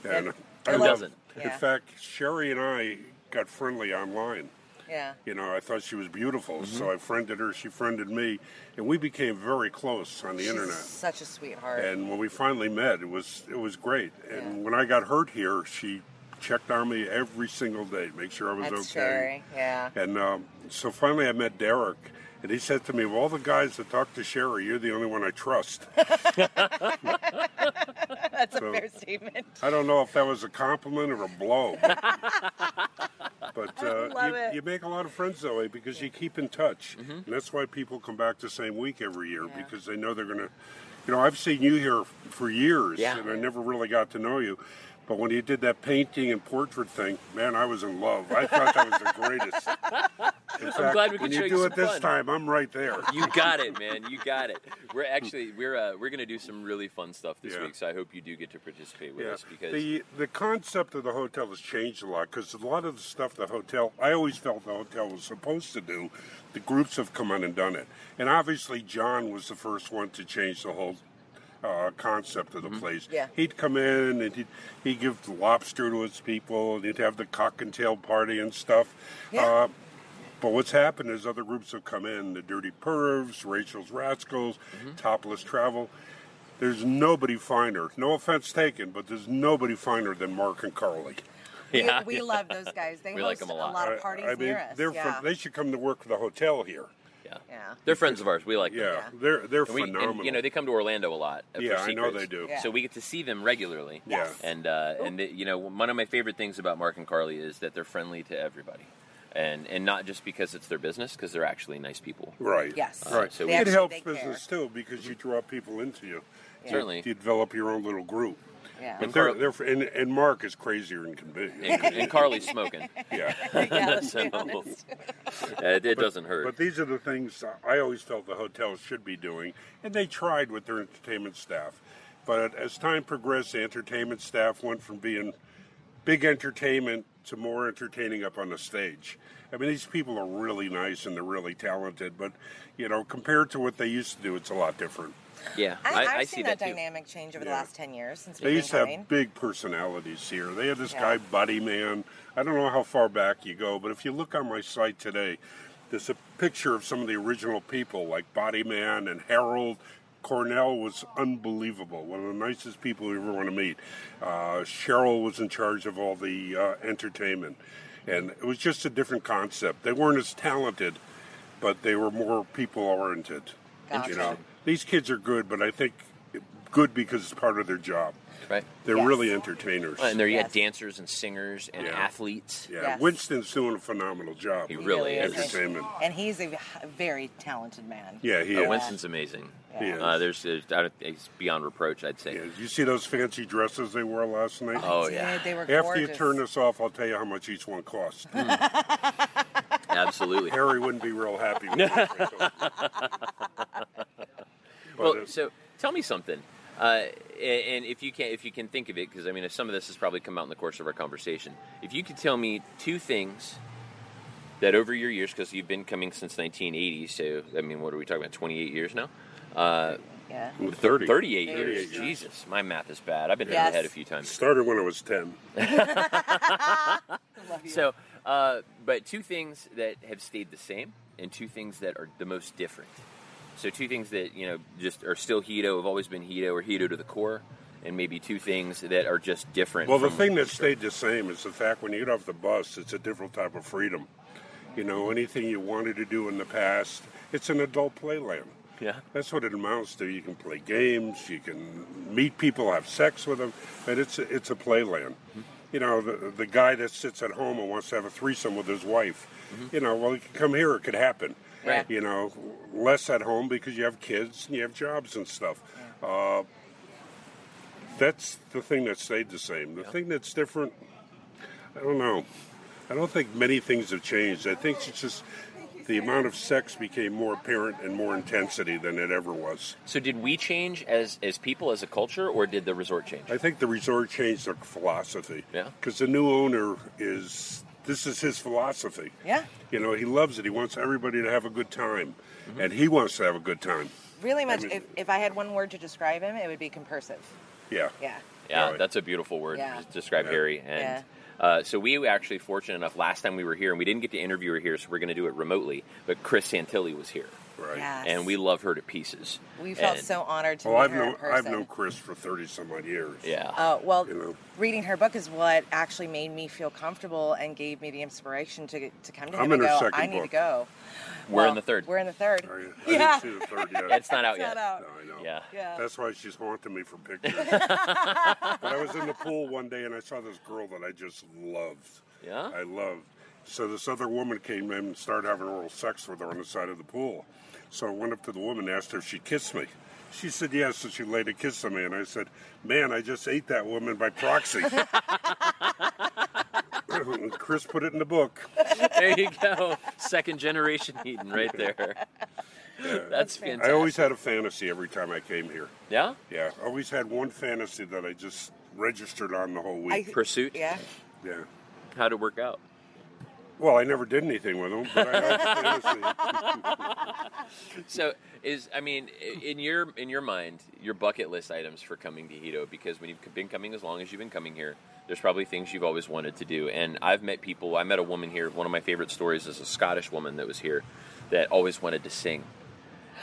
Speaker 3: And I
Speaker 2: Who
Speaker 3: love-
Speaker 2: doesn't?
Speaker 1: Yeah.
Speaker 3: In fact, Sherry and I got friendly online.
Speaker 1: yeah.
Speaker 3: You know, I thought she was beautiful, so I friended her. She friended me, and we became very close on the
Speaker 1: She's
Speaker 3: internet.
Speaker 1: such a sweetheart.
Speaker 3: And when we finally met, it was it was great. And
Speaker 1: Yeah.
Speaker 3: when I got hurt here, she checked on me every single day, make sure I was
Speaker 1: That's
Speaker 3: okay.
Speaker 1: Sherry.
Speaker 3: *laughs*
Speaker 1: Yeah.
Speaker 3: And um, so finally, I met Derek, and he said to me, "Of all the guys that talk to Sherry, you're the only one I trust."
Speaker 1: That's
Speaker 3: So-
Speaker 1: a fair statement.
Speaker 3: *laughs* I don't know if that was a compliment or a
Speaker 2: *laughs*
Speaker 3: blow. But, but, uh,
Speaker 1: love
Speaker 3: you,
Speaker 1: it.
Speaker 3: you make a lot of friends that way because you keep in touch,
Speaker 2: Mm-hmm.
Speaker 3: and that's why people come back the same week every year
Speaker 1: Yeah.
Speaker 3: because they know they're gonna. You know, I've seen you here f- for years,
Speaker 2: Yeah.
Speaker 3: and I never really got to know you. But when he did that painting and portrait thing, man, I was in love. I thought that was the
Speaker 2: *laughs*
Speaker 3: greatest. In fact,
Speaker 2: glad we could
Speaker 3: when
Speaker 2: show
Speaker 3: you
Speaker 2: you
Speaker 3: do
Speaker 2: some
Speaker 3: it this
Speaker 2: fun.
Speaker 3: time, I'm right there. *laughs*
Speaker 2: You got it, man. You got it. We're actually we're uh, we're gonna do some really fun stuff this
Speaker 3: Yeah.
Speaker 2: week, so I hope you do get to participate with
Speaker 3: Yeah.
Speaker 2: us because
Speaker 3: the the concept of the hotel has changed a lot because a lot of the stuff the hotel I always felt the hotel was supposed to do, the groups have come on and done it, and obviously John was the first one to change the whole. Uh, concept
Speaker 2: Mm-hmm.
Speaker 3: of the place.
Speaker 4: Yeah.
Speaker 3: He'd come in and he'd, he'd give lobster to his people and he'd have the cock and tail party and stuff.
Speaker 4: Yeah.
Speaker 3: Uh, but what's happened is other groups have come in the Dirty Pervs, Rachel's Rascals,
Speaker 2: Mm-hmm.
Speaker 3: Topless Travel. There's nobody finer. No offense taken, but there's nobody finer than Mark and Carly.
Speaker 2: *laughs* Yeah.
Speaker 4: we, we love those guys. They
Speaker 2: *laughs* We like
Speaker 4: host
Speaker 2: 'em
Speaker 4: a,
Speaker 2: a
Speaker 4: lot.
Speaker 2: lot.
Speaker 4: of parties
Speaker 3: I, I mean,
Speaker 4: near us.
Speaker 3: they're
Speaker 4: yeah.
Speaker 3: from, they should come to work for the hotel here.
Speaker 2: yeah.
Speaker 4: yeah.
Speaker 2: they're friends of ours. We like
Speaker 3: Yeah,
Speaker 2: them.
Speaker 3: they're they're
Speaker 2: And we,
Speaker 3: phenomenal.
Speaker 2: and, you know, they come to Orlando a lot. uh, for
Speaker 3: Yeah, I know
Speaker 2: secrets.
Speaker 3: they do.
Speaker 4: Yeah.
Speaker 2: So we get to see them regularly.
Speaker 3: Yeah. Yes.
Speaker 2: And uh, and they, you know, one of my favorite things about Mark and Carly is that they're friendly to everybody, and and not just because it's their business, because they're actually nice people.
Speaker 3: right.
Speaker 4: Yes.
Speaker 2: Right, Uh, so
Speaker 4: They
Speaker 2: we-
Speaker 3: it
Speaker 4: actually-
Speaker 3: helps
Speaker 4: they
Speaker 3: business too because you draw people into you.
Speaker 4: Yeah.
Speaker 2: Certainly.
Speaker 3: You develop your own little group. *laughs*
Speaker 4: Care.
Speaker 3: But
Speaker 4: Yeah.
Speaker 3: they're,
Speaker 2: Carl-
Speaker 3: they're, and, and Mark is crazier than can be.
Speaker 2: And, and Carly's smoking.
Speaker 3: yeah.
Speaker 4: *laughs* yeah, let's be
Speaker 2: *laughs* So-
Speaker 4: honest.
Speaker 2: Uh, it doesn't hurt.
Speaker 3: But these are the things I always felt the hotels should be doing, and they tried with their entertainment staff. But as time progressed, the entertainment staff went from being big entertainment to more entertaining up on the stage. I mean, these people are really nice and they're really talented, but you know, compared to what they used to do, it's a lot different.
Speaker 2: yeah,
Speaker 4: I,
Speaker 2: I,
Speaker 4: I've
Speaker 2: I
Speaker 4: seen
Speaker 2: see
Speaker 4: that,
Speaker 2: that, too.
Speaker 4: dynamic change over the
Speaker 3: Yeah.
Speaker 4: last 10 years since
Speaker 3: They
Speaker 4: we've
Speaker 3: used
Speaker 4: been
Speaker 3: to
Speaker 4: coming.
Speaker 3: have big personalities here. They had this
Speaker 4: Yeah.
Speaker 3: guy, Buddy Man. I don't know how far back you go, but if you look on my site today, there's a picture of some of the original people, like Buddy Man and Harold. Cornell was unbelievable, one of the nicest people you ever want to meet. Uh, Cheryl was in charge of all the uh, entertainment. And it was just a different concept. They weren't as talented, but they were more people oriented. You
Speaker 4: Gotcha.
Speaker 3: know, these kids are good, but I think good because it's part of their job.
Speaker 2: Right.
Speaker 3: They're
Speaker 4: Yes.
Speaker 3: really entertainers.
Speaker 2: Uh, And there you
Speaker 4: Yes.
Speaker 2: got dancers and singers and
Speaker 3: Yeah.
Speaker 2: athletes. Uh,
Speaker 3: yeah,
Speaker 4: Yes.
Speaker 3: Winston's doing a phenomenal job.
Speaker 2: He
Speaker 3: with
Speaker 2: really is.
Speaker 3: entertainment.
Speaker 4: And he's a very talented man.
Speaker 3: Yeah, he
Speaker 2: Uh,
Speaker 3: is.
Speaker 2: Winston's amazing.
Speaker 3: He is.
Speaker 2: Uh, there's, there's I don't- it's beyond reproach, I'd say.
Speaker 3: Yeah, you see those fancy dresses they wore last night?
Speaker 2: Oh yeah,
Speaker 4: Dude, they were
Speaker 3: After
Speaker 4: gorgeous. Mm.
Speaker 3: you turn this off, I'll tell you how much each one cost. *laughs*
Speaker 2: absolutely.
Speaker 3: Harry wouldn't be real happy.
Speaker 2: *laughs*
Speaker 3: With that.
Speaker 2: Well,
Speaker 3: But, uh,
Speaker 2: so tell me something, uh, a- and if you can, if you can think of it, because I mean, if some of this has probably come out in the course of our conversation. If you could tell me two things that over your years, because you've been coming since 1980, so I mean, what are we talking about? 28 years now. Uh,
Speaker 4: Yeah.
Speaker 3: with 30.
Speaker 2: 38
Speaker 4: 38
Speaker 2: years.
Speaker 3: years.
Speaker 2: Jesus, my math is bad. I've been hit in
Speaker 4: Yes.
Speaker 2: the head a few times.
Speaker 3: Started when I was 10.
Speaker 4: Love you.
Speaker 2: So, uh, but two things that have stayed the same, and two things that are the most different. So, two things that you know just are still Hito, have always been Hito, or Hito to the core, and maybe two things that are just different.
Speaker 3: Well, the
Speaker 2: from-
Speaker 3: thing that stayed the same is the fact when you get off the bus, it's a different type of freedom. You know, anything you wanted to do in the past, it's an adult playland.
Speaker 2: yeah,
Speaker 3: That's what it amounts to. You can play games, you can meet people, have sex with them, and it's a, it's a playland. You know, the, the guy that sits at home and wants to have a threesome with his wife, you know, well, he can come here, it could happen.
Speaker 4: Right.
Speaker 3: You know, less at home because you have kids and you have jobs and stuff. Uh, that's the thing that stayed the same. The thing that's different, I don't know. I don't think many things have changed. I think it's just the amount of sex became more apparent and more intensity than it ever was.
Speaker 2: So, did we change as as people, as a culture, or did the resort change?
Speaker 3: I think the resort changed their philosophy.
Speaker 2: Yeah.
Speaker 3: Because the new owner is this is his philosophy.
Speaker 4: yeah.
Speaker 3: You know, he loves it. He wants everybody to have a good time, and he wants to have a good time.
Speaker 4: Really much.
Speaker 3: mean-
Speaker 4: if, if I had one word to describe him, it would be compersive.
Speaker 3: Yeah.
Speaker 4: Yeah.
Speaker 2: Yeah,
Speaker 3: Right.
Speaker 2: that's a beautiful word
Speaker 4: Yeah.
Speaker 2: to describe Harry. And uh, so we were actually fortunate enough last time we were here, and we didn't get to interview her here, so we're going to do it remotely. But Chris Santilli was here,
Speaker 3: Right. Oh,
Speaker 4: Yes.
Speaker 2: and we love her to pieces.
Speaker 4: We felt
Speaker 2: And-
Speaker 4: so honored to
Speaker 3: Well,
Speaker 4: meet
Speaker 3: I've
Speaker 4: her in
Speaker 3: known
Speaker 4: person.
Speaker 3: I've known Chris for thirty some odd years.
Speaker 2: Yeah.
Speaker 4: Uh, well,
Speaker 3: You know.
Speaker 4: reading her book is what actually made me feel comfortable and gave me the inspiration to to come to him
Speaker 3: I'm in
Speaker 4: and
Speaker 3: her
Speaker 4: go.
Speaker 3: second
Speaker 4: I need to
Speaker 3: book.
Speaker 4: go.
Speaker 2: We're in
Speaker 4: Well,
Speaker 2: the third.
Speaker 4: We're in the third.
Speaker 3: Are you?
Speaker 4: *laughs*
Speaker 3: I
Speaker 4: Yeah.
Speaker 3: didn't see the third yet.
Speaker 2: it's not out
Speaker 4: It's
Speaker 2: yet.
Speaker 4: not out.
Speaker 3: No, I know.
Speaker 2: Yeah.
Speaker 4: Yeah.
Speaker 3: That's why she's haunting me
Speaker 2: *laughs*
Speaker 3: for pictures. but I was in the pool one day and I saw this girl that I just loved.
Speaker 2: Yeah?
Speaker 3: I loved. So this other woman came in and started having oral sex with her on the side of the pool. So I went up to the woman and asked her if she'd kiss me. She said yes, so she laid a kiss on me, and I said, "Man, I just ate that woman by proxy."
Speaker 2: *laughs*
Speaker 3: *laughs* And Chris put it in the book.
Speaker 2: There you go. Second generation Eden right there. That's fantastic.
Speaker 3: I always had a fantasy every time I came here.
Speaker 2: yeah?
Speaker 3: Yeah, I always had one fantasy that I just registered on the whole week.
Speaker 4: I-
Speaker 2: Pursuit.
Speaker 4: Yeah.
Speaker 3: yeah.
Speaker 2: How'd it work out?
Speaker 3: Well, I never did anything with them, but
Speaker 4: *laughs*
Speaker 3: I had a fantasy.
Speaker 2: So is I mean i- in your in your mind your bucket list items for coming to Hito because when you've been coming as long as you've been coming here there's probably things you've always wanted to do and I've met people I met a woman here one of my favorite stories is a Scottish woman that was here that always wanted to sing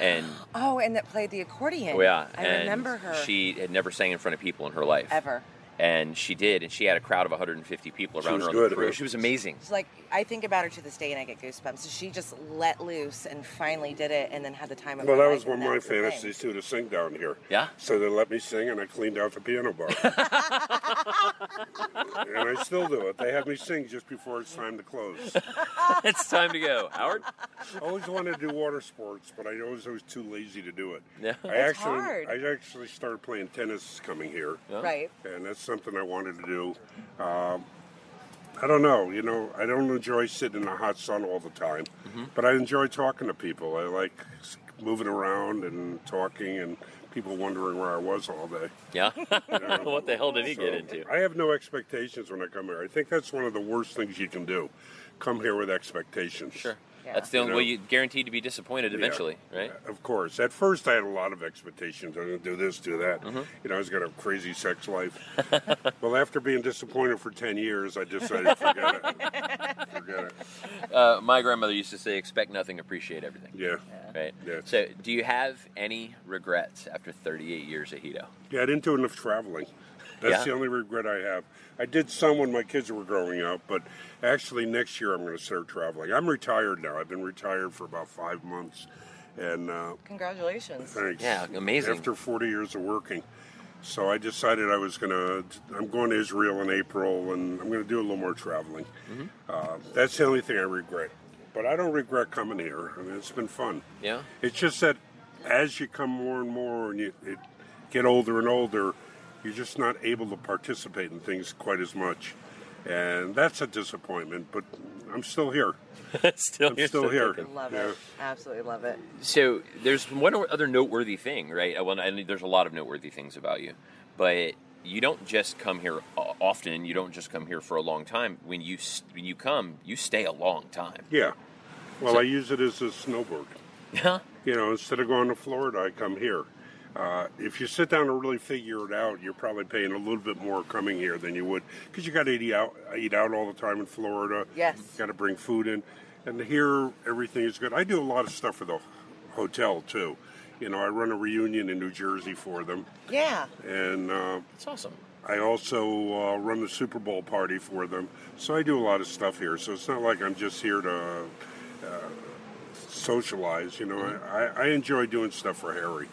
Speaker 2: and
Speaker 4: Oh, and that played the accordion.
Speaker 2: oh yeah
Speaker 4: I
Speaker 2: and
Speaker 4: remember her.
Speaker 2: she had never sang in front of people in her life
Speaker 4: ever.
Speaker 2: and she did and she had a crowd of 150 people
Speaker 3: She
Speaker 2: around
Speaker 3: was
Speaker 2: her on
Speaker 3: good
Speaker 2: the
Speaker 3: at
Speaker 2: crew
Speaker 3: it.
Speaker 2: she was amazing
Speaker 4: It's like I think about her to this day, and I get goosebumps. So she just let loose and finally did it, and then had the time of.
Speaker 3: Well,
Speaker 4: her
Speaker 3: that
Speaker 4: life,
Speaker 3: was one
Speaker 4: and
Speaker 3: of my
Speaker 4: that's the thing.
Speaker 3: fantasies too to sing down here.
Speaker 2: Yeah?
Speaker 3: So they let me sing, and I cleaned out the
Speaker 2: *laughs*
Speaker 3: piano bar. and I still do it. They have me sing just before it's time to close.
Speaker 2: *laughs* it's time to go Howard
Speaker 3: I always wanted to do water sports, but I always was too lazy to do it.
Speaker 2: Yeah.
Speaker 3: I actually,
Speaker 4: hard.
Speaker 3: I actually started playing tennis coming here,
Speaker 4: Right.
Speaker 3: and that's something I wanted to do. Um, I don't know, you know, I don't enjoy sitting in the hot sun all the time,
Speaker 2: Mm-hmm.
Speaker 3: but I enjoy talking to people. I like s- moving around and talking, and people wondering where I was all day.
Speaker 2: *laughs* yeah *laughs*
Speaker 3: you know?
Speaker 2: what the hell did he get
Speaker 3: So,
Speaker 2: into
Speaker 3: I have no expectations when I come here. I think that's one of the worst things you can do. Come here with expectations.
Speaker 2: Sure.
Speaker 4: Yeah.
Speaker 2: That's the only
Speaker 3: You know?
Speaker 2: way you guaranteed to be disappointed eventually, right?
Speaker 3: Of course. At first, I had a lot of expectations. I'm going to do this, do that. You know, I was going to have a crazy sex life. *laughs* well, after being disappointed for 10 years, I decided forget it. Forget it.
Speaker 2: Uh, my grandmother used to say, "Expect nothing, appreciate everything."
Speaker 3: Yeah.
Speaker 2: Right.
Speaker 3: Yeah.
Speaker 2: So, do you have any regrets after 38 years at Hito?
Speaker 3: Yeah, I didn't do enough traveling. That's
Speaker 2: Yeah.
Speaker 3: the only regret I have. I did some when my kids were growing up, but actually next year I'm going to start traveling. I'm retired now. I've been retired for about five months, and uh,
Speaker 4: Congratulations.
Speaker 3: Thanks.
Speaker 2: Yeah, amazing.
Speaker 3: After 40 years of working. So I decided I was going to, I'm going to Israel in April and I'm going to do a little more traveling.
Speaker 2: Mm-hmm.
Speaker 3: Uh, that's the only thing I regret. But I don't regret coming here. I mean, it's been fun.
Speaker 2: Yeah.
Speaker 3: It's just that as you come more and more and you it, get older and older, you're just not able to participate in things quite as much. And that's a disappointment, but I'm still here.
Speaker 2: *laughs* still,
Speaker 3: I'm still here.
Speaker 4: Love
Speaker 3: Yeah.
Speaker 4: it. Absolutely love it.
Speaker 2: So, there's one other noteworthy thing, right? I want. I mean, there's a lot of noteworthy things about you, but you don't just come here o- often. You don't just come here for a long time. When you s- when you come, you stay a long time.
Speaker 3: Yeah. Well, I use it as a snowboard.
Speaker 2: Yeah.
Speaker 3: you know, instead of going to Florida, I come here. Uh, if you sit down and really figure it out, you're probably paying a little bit more coming here than you would because you got to eat out, eat out all the time in Florida.
Speaker 4: Yes.
Speaker 3: got to bring food in, and here everything is good. I do a lot of stuff for the hotel too. You know, I run a reunion in New Jersey for them,
Speaker 4: Yeah.
Speaker 3: and uh,
Speaker 2: That's awesome.
Speaker 3: I also uh, run the Super Bowl party for them, so I do a lot of stuff here. So it's not like I'm just here to uh, socialize. You know, I, I enjoy doing stuff for Harry. You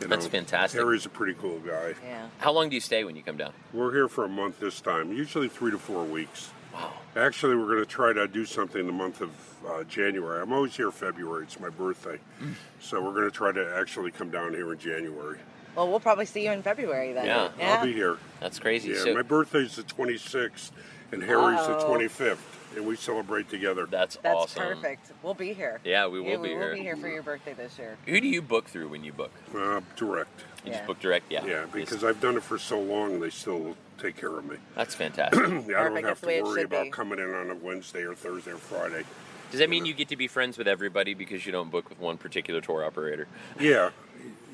Speaker 2: Mm-hmm. That's
Speaker 3: know.
Speaker 2: fantastic.
Speaker 3: Harry's a pretty cool guy.
Speaker 4: Yeah.
Speaker 2: How long do you stay when you come down?
Speaker 3: We're here for a month this time, usually three to four weeks.
Speaker 2: Wow.
Speaker 3: Actually, we're going to try to do something the month of uh, January. I'm always here February. It's my birthday,
Speaker 2: Mm.
Speaker 3: so we're going to try to actually come down here in January.
Speaker 4: Well, we'll probably see you in February then.
Speaker 2: Yeah.
Speaker 3: I'll be here.
Speaker 2: That's crazy.
Speaker 3: Yeah,
Speaker 2: so,
Speaker 3: my birthday's the 26th, and Harry's
Speaker 4: Wow.
Speaker 3: the 25th, and we celebrate together.
Speaker 2: that's,
Speaker 4: That's
Speaker 2: awesome.
Speaker 4: perfect. We'll be here.
Speaker 2: Yeah, we will
Speaker 4: yeah,
Speaker 2: be
Speaker 4: we
Speaker 2: here.
Speaker 4: will be here for your birthday this year.
Speaker 2: Who do you book through when you book?
Speaker 3: Uh, direct.
Speaker 2: You
Speaker 4: Yeah.
Speaker 2: just book direct, yeah.
Speaker 3: Yeah, because I've done it for so long, they still take care of me.
Speaker 2: that's
Speaker 3: *clears throat*
Speaker 2: fantastic.
Speaker 3: Yeah, I don't
Speaker 4: Perfect,
Speaker 3: have
Speaker 4: that's
Speaker 3: to
Speaker 4: the way it
Speaker 3: worry
Speaker 4: should
Speaker 3: about
Speaker 4: be.
Speaker 3: coming in on a Wednesday or Thursday or Friday.
Speaker 2: Does that mean you get to be friends with everybody because you don't book with one particular tour operator?
Speaker 3: Yeah,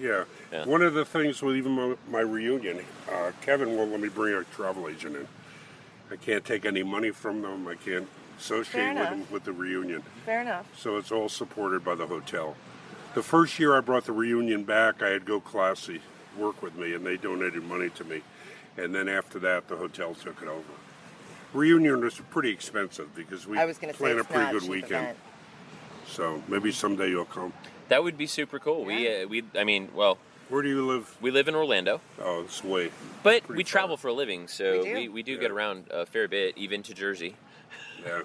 Speaker 3: yeah.
Speaker 2: Yeah.
Speaker 3: One of the things with even my, my reunion, uh, Kevin won't let me bring a travel agent in. I can't take any money from them. I can't
Speaker 4: Fair
Speaker 3: associate with them
Speaker 4: enough.
Speaker 3: with the reunion.
Speaker 4: Fair enough.
Speaker 3: So it's all supported by the hotel. The first year I brought the reunion back, I had Go Classy work with me, and they donated money to me. And then after that, the hotel took it over. Reunion was pretty expensive because we
Speaker 4: I was going to say
Speaker 3: planned
Speaker 4: it's
Speaker 3: a pretty
Speaker 4: not a
Speaker 3: good
Speaker 4: cheap
Speaker 2: *laughs*
Speaker 3: weekend.
Speaker 4: event.
Speaker 3: So maybe someday you'll come.
Speaker 2: That would be super cool. We, uh, we, I mean, well,
Speaker 3: Where do you live?
Speaker 2: we live in Orlando,
Speaker 3: Oh, it's way.
Speaker 2: but
Speaker 3: Pretty
Speaker 2: we
Speaker 3: far.
Speaker 2: travel for a living, so
Speaker 4: We
Speaker 2: we
Speaker 4: do.
Speaker 2: do, we, do get around a fair bit, even to Jersey.
Speaker 3: Yeah.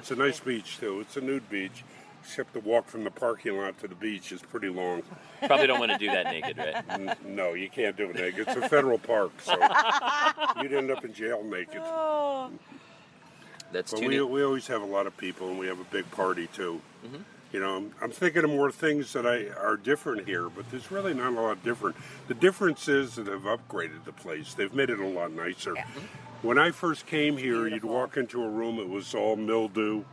Speaker 3: It's a nice beach, too. It's a nude beach. Except the walk from the parking lot to the beach is pretty long.
Speaker 2: Probably don't want to do that naked, right?
Speaker 3: N- no, you can't do it naked. It's a federal park,
Speaker 4: *laughs*
Speaker 3: so you'd end up in jail naked.
Speaker 2: That's
Speaker 3: But
Speaker 2: too
Speaker 3: we,
Speaker 2: neat.
Speaker 3: we always have a lot of people, and we have a big party too.
Speaker 2: Mm-hmm.
Speaker 3: You know, I'm, I'm thinking of more things that I are different here, but there's really not a lot different. The difference is that they've upgraded the place. They've made it a lot nicer.
Speaker 2: Mm-hmm.
Speaker 3: When I first came here,
Speaker 4: Beautiful.
Speaker 3: you'd walk into a room; it was all mildew.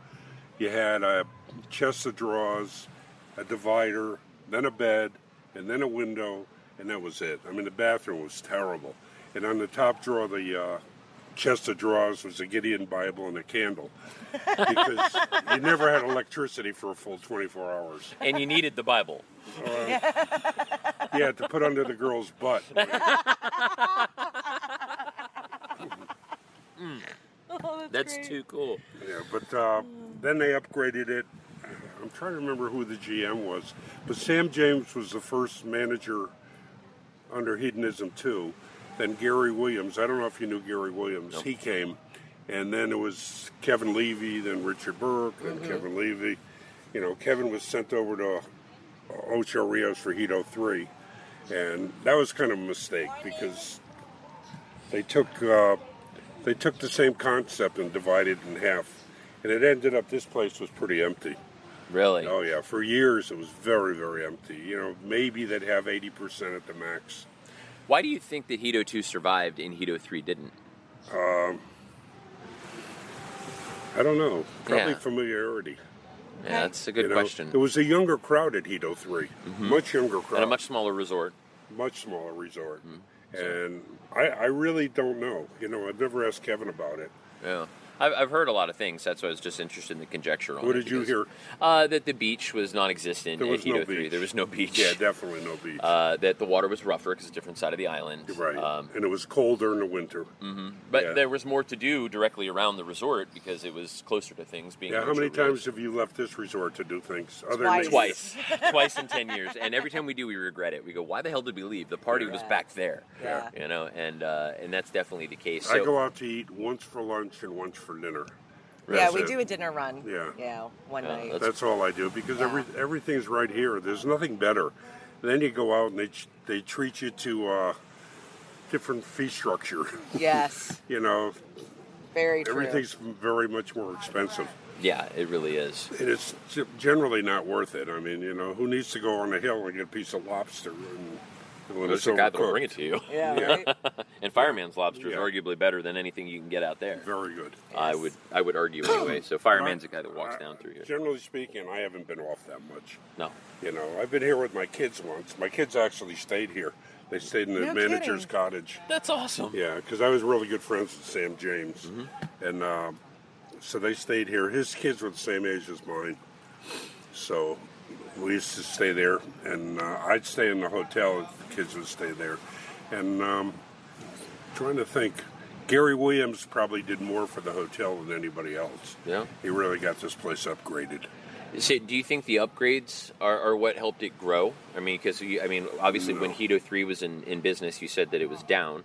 Speaker 3: You had a chest of drawers, a divider, then a bed, and then a window, and that was it. I mean, the bathroom was terrible. And on the top drawer, the uh, chest of drawers was a Gideon Bible and a candle because you never had electricity for a full 24 hours.
Speaker 2: And you needed the Bible.
Speaker 3: Yeah, to put under the girl's butt.
Speaker 4: Oh,
Speaker 2: That's too cool.
Speaker 3: Yeah, but uh, then they upgraded it. I'm trying to remember who the GM was, but Sam James was the first manager under Hedonism too. Then Gary Williams. I don't know if you knew Gary Williams. He came, and then it was Kevin Levy, then Richard Burke, then Kevin Levy. You know, Kevin was sent over to Ocho Rios for Hedo three, and that was kind of a mistake because they took. Uh, they took the same concept and divided it in half. And it ended up this place was pretty empty.
Speaker 2: Really?
Speaker 3: Oh yeah, for years it was very very empty. You know, maybe they'd have 80% at the max.
Speaker 2: Why do you think that Hito 2 survived and Hito 3 didn't?
Speaker 3: I don't know. Probably
Speaker 2: Yeah.
Speaker 3: familiarity.
Speaker 2: Yeah, that's a good
Speaker 3: you know?
Speaker 2: question.
Speaker 3: There was a younger crowd at Hito 3. Much younger crowd.
Speaker 2: At a much Mm-hmm. smaller resort.
Speaker 3: much smaller resort. And I, I really don't know. You know, I've never asked Kevin about it.
Speaker 2: Yeah. I've, I've heard a lot of things. That's why I was just interested in the conjecture on
Speaker 3: What
Speaker 2: it
Speaker 3: did you
Speaker 2: because-
Speaker 3: hear?
Speaker 2: Uh, that the beach was non existent
Speaker 3: There
Speaker 2: at
Speaker 3: was no
Speaker 2: Hito 3.
Speaker 3: beach.
Speaker 2: There was no beach.
Speaker 3: Yeah, definitely no beach.
Speaker 2: uh, that the water was rougher because it's a different side of the island.
Speaker 3: right.
Speaker 2: Um,
Speaker 3: and it was colder in the winter.
Speaker 2: but
Speaker 3: yeah.
Speaker 2: there was more to do directly around the resort because it was closer to things being.
Speaker 3: Yeah, how many
Speaker 2: Ocho Rios.
Speaker 3: times have you left this resort to do things? Other than
Speaker 4: Twice.
Speaker 3: eat?
Speaker 2: Twice, twice in ten years, and every time we do, we regret it. We go, "Why the hell did we leave? The party was
Speaker 4: Yeah.
Speaker 2: back there."
Speaker 4: Yeah.
Speaker 2: you know, and uh, and that's definitely the case.
Speaker 3: I
Speaker 2: So,
Speaker 3: go out to eat once for lunch and once for dinner.
Speaker 4: Yeah,
Speaker 3: That's
Speaker 4: we
Speaker 3: it.
Speaker 4: do a dinner run.
Speaker 3: Yeah.
Speaker 4: Yeah, one
Speaker 2: Yeah,
Speaker 4: night.
Speaker 3: *laughs*
Speaker 2: that's-
Speaker 3: That's all I do because
Speaker 4: Yeah.
Speaker 3: every everything's right here. There's nothing better. Then you go out and they ch- they treat you to uh, different fee structure. *laughs*
Speaker 4: Yes,
Speaker 3: you know,
Speaker 4: very true.
Speaker 3: everything's very much more expensive,
Speaker 2: yeah, it really is.
Speaker 3: and it's g- generally not worth it. I mean, you know, who needs to go on a hill and get a piece of lobster and, and when
Speaker 2: There's
Speaker 3: it's
Speaker 2: a guy that will
Speaker 3: overcooked?
Speaker 2: bring it to you,
Speaker 4: Yeah,
Speaker 3: Yeah.
Speaker 4: right?
Speaker 2: *laughs* and fireman's lobster is
Speaker 3: Yeah.
Speaker 2: arguably better than anything you can get out there.
Speaker 3: Very good.
Speaker 2: I would, I would argue anyway.
Speaker 3: *clears throat*
Speaker 2: So, fireman's a guy that walks
Speaker 3: I-
Speaker 2: down through here.
Speaker 3: Generally speaking, I haven't been off that much.
Speaker 2: No,
Speaker 3: You know, I've been here with my kids once. My kids actually stayed here. They stayed in the
Speaker 4: No
Speaker 3: manager's
Speaker 4: kidding.
Speaker 3: cottage.
Speaker 2: that's awesome.
Speaker 3: Yeah, because I was really good friends with Sam James,
Speaker 2: Mm-hmm.
Speaker 3: and um, so they stayed here. His kids were the same age as mine, so we used to stay there, and uh, I'd stay in the hotel. The kids would stay there, and um, trying to think. Gary Williams probably did more for the hotel than anybody else.
Speaker 2: Yeah.
Speaker 3: He really got this place upgraded.
Speaker 2: So, do you think the upgrades are, are what helped it grow? I mean, because I mean, obviously, when Hito three was in, in business, you said that it was down.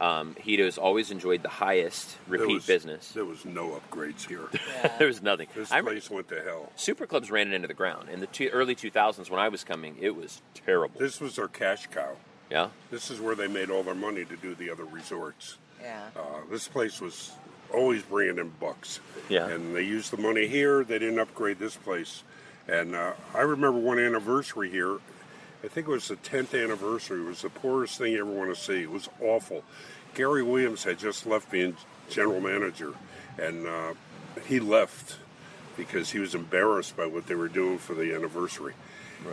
Speaker 2: Um, Hito's always enjoyed the highest
Speaker 3: There
Speaker 2: repeat
Speaker 3: was-
Speaker 2: business.
Speaker 3: There was no upgrades here.
Speaker 2: *laughs*
Speaker 3: *laughs*
Speaker 2: there was nothing.
Speaker 3: This
Speaker 2: I remember
Speaker 3: place went to hell.
Speaker 2: super clubs ran it into the ground in the two, early two thousands when I was coming. It was terrible.
Speaker 3: This was their cash cow.
Speaker 2: yeah,
Speaker 3: This is where they made all their money to do the other resorts.
Speaker 4: yeah.
Speaker 3: Uh, this place was always bringing in bucks.
Speaker 2: Yeah.
Speaker 3: And they used the money here. They didn't upgrade this place. And uh, I remember one anniversary here. I think it was the 10th anniversary. It was the poorest thing you ever want to see. It was awful. Gary Williams had just left being general manager, and uh, he left because he was embarrassed by what they were doing for the anniversary.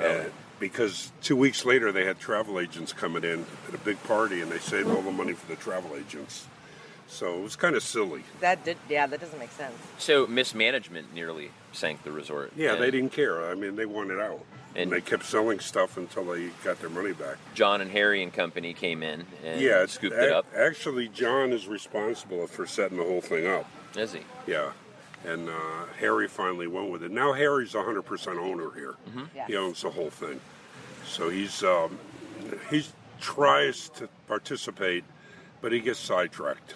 Speaker 3: Uh, because two weeks later they had travel agents coming in at a big party, and they saved all the money for the travel agents. So it was kind of silly.
Speaker 4: That did. Yeah, that doesn't make sense.
Speaker 2: so mismanagement nearly sank the resort.
Speaker 3: Yeah, they
Speaker 2: And
Speaker 3: didn't care. I mean, they wanted out, and,
Speaker 2: And-
Speaker 3: they kept selling stuff until they got their money back.
Speaker 2: John and Harry and company came in and
Speaker 3: yeah, it's-
Speaker 2: scooped
Speaker 3: ac-
Speaker 2: it
Speaker 3: *laughs*
Speaker 2: up.
Speaker 3: Actually, John is responsible for setting the whole thing up.
Speaker 2: Is he? *laughs*
Speaker 3: Yeah. And uh, Harry finally went with it. Now Harry's 100% owner here.
Speaker 2: Mm-hmm.
Speaker 4: Yes.
Speaker 3: He owns the whole thing. So he's um, he tries to participate, but he gets sidetracked.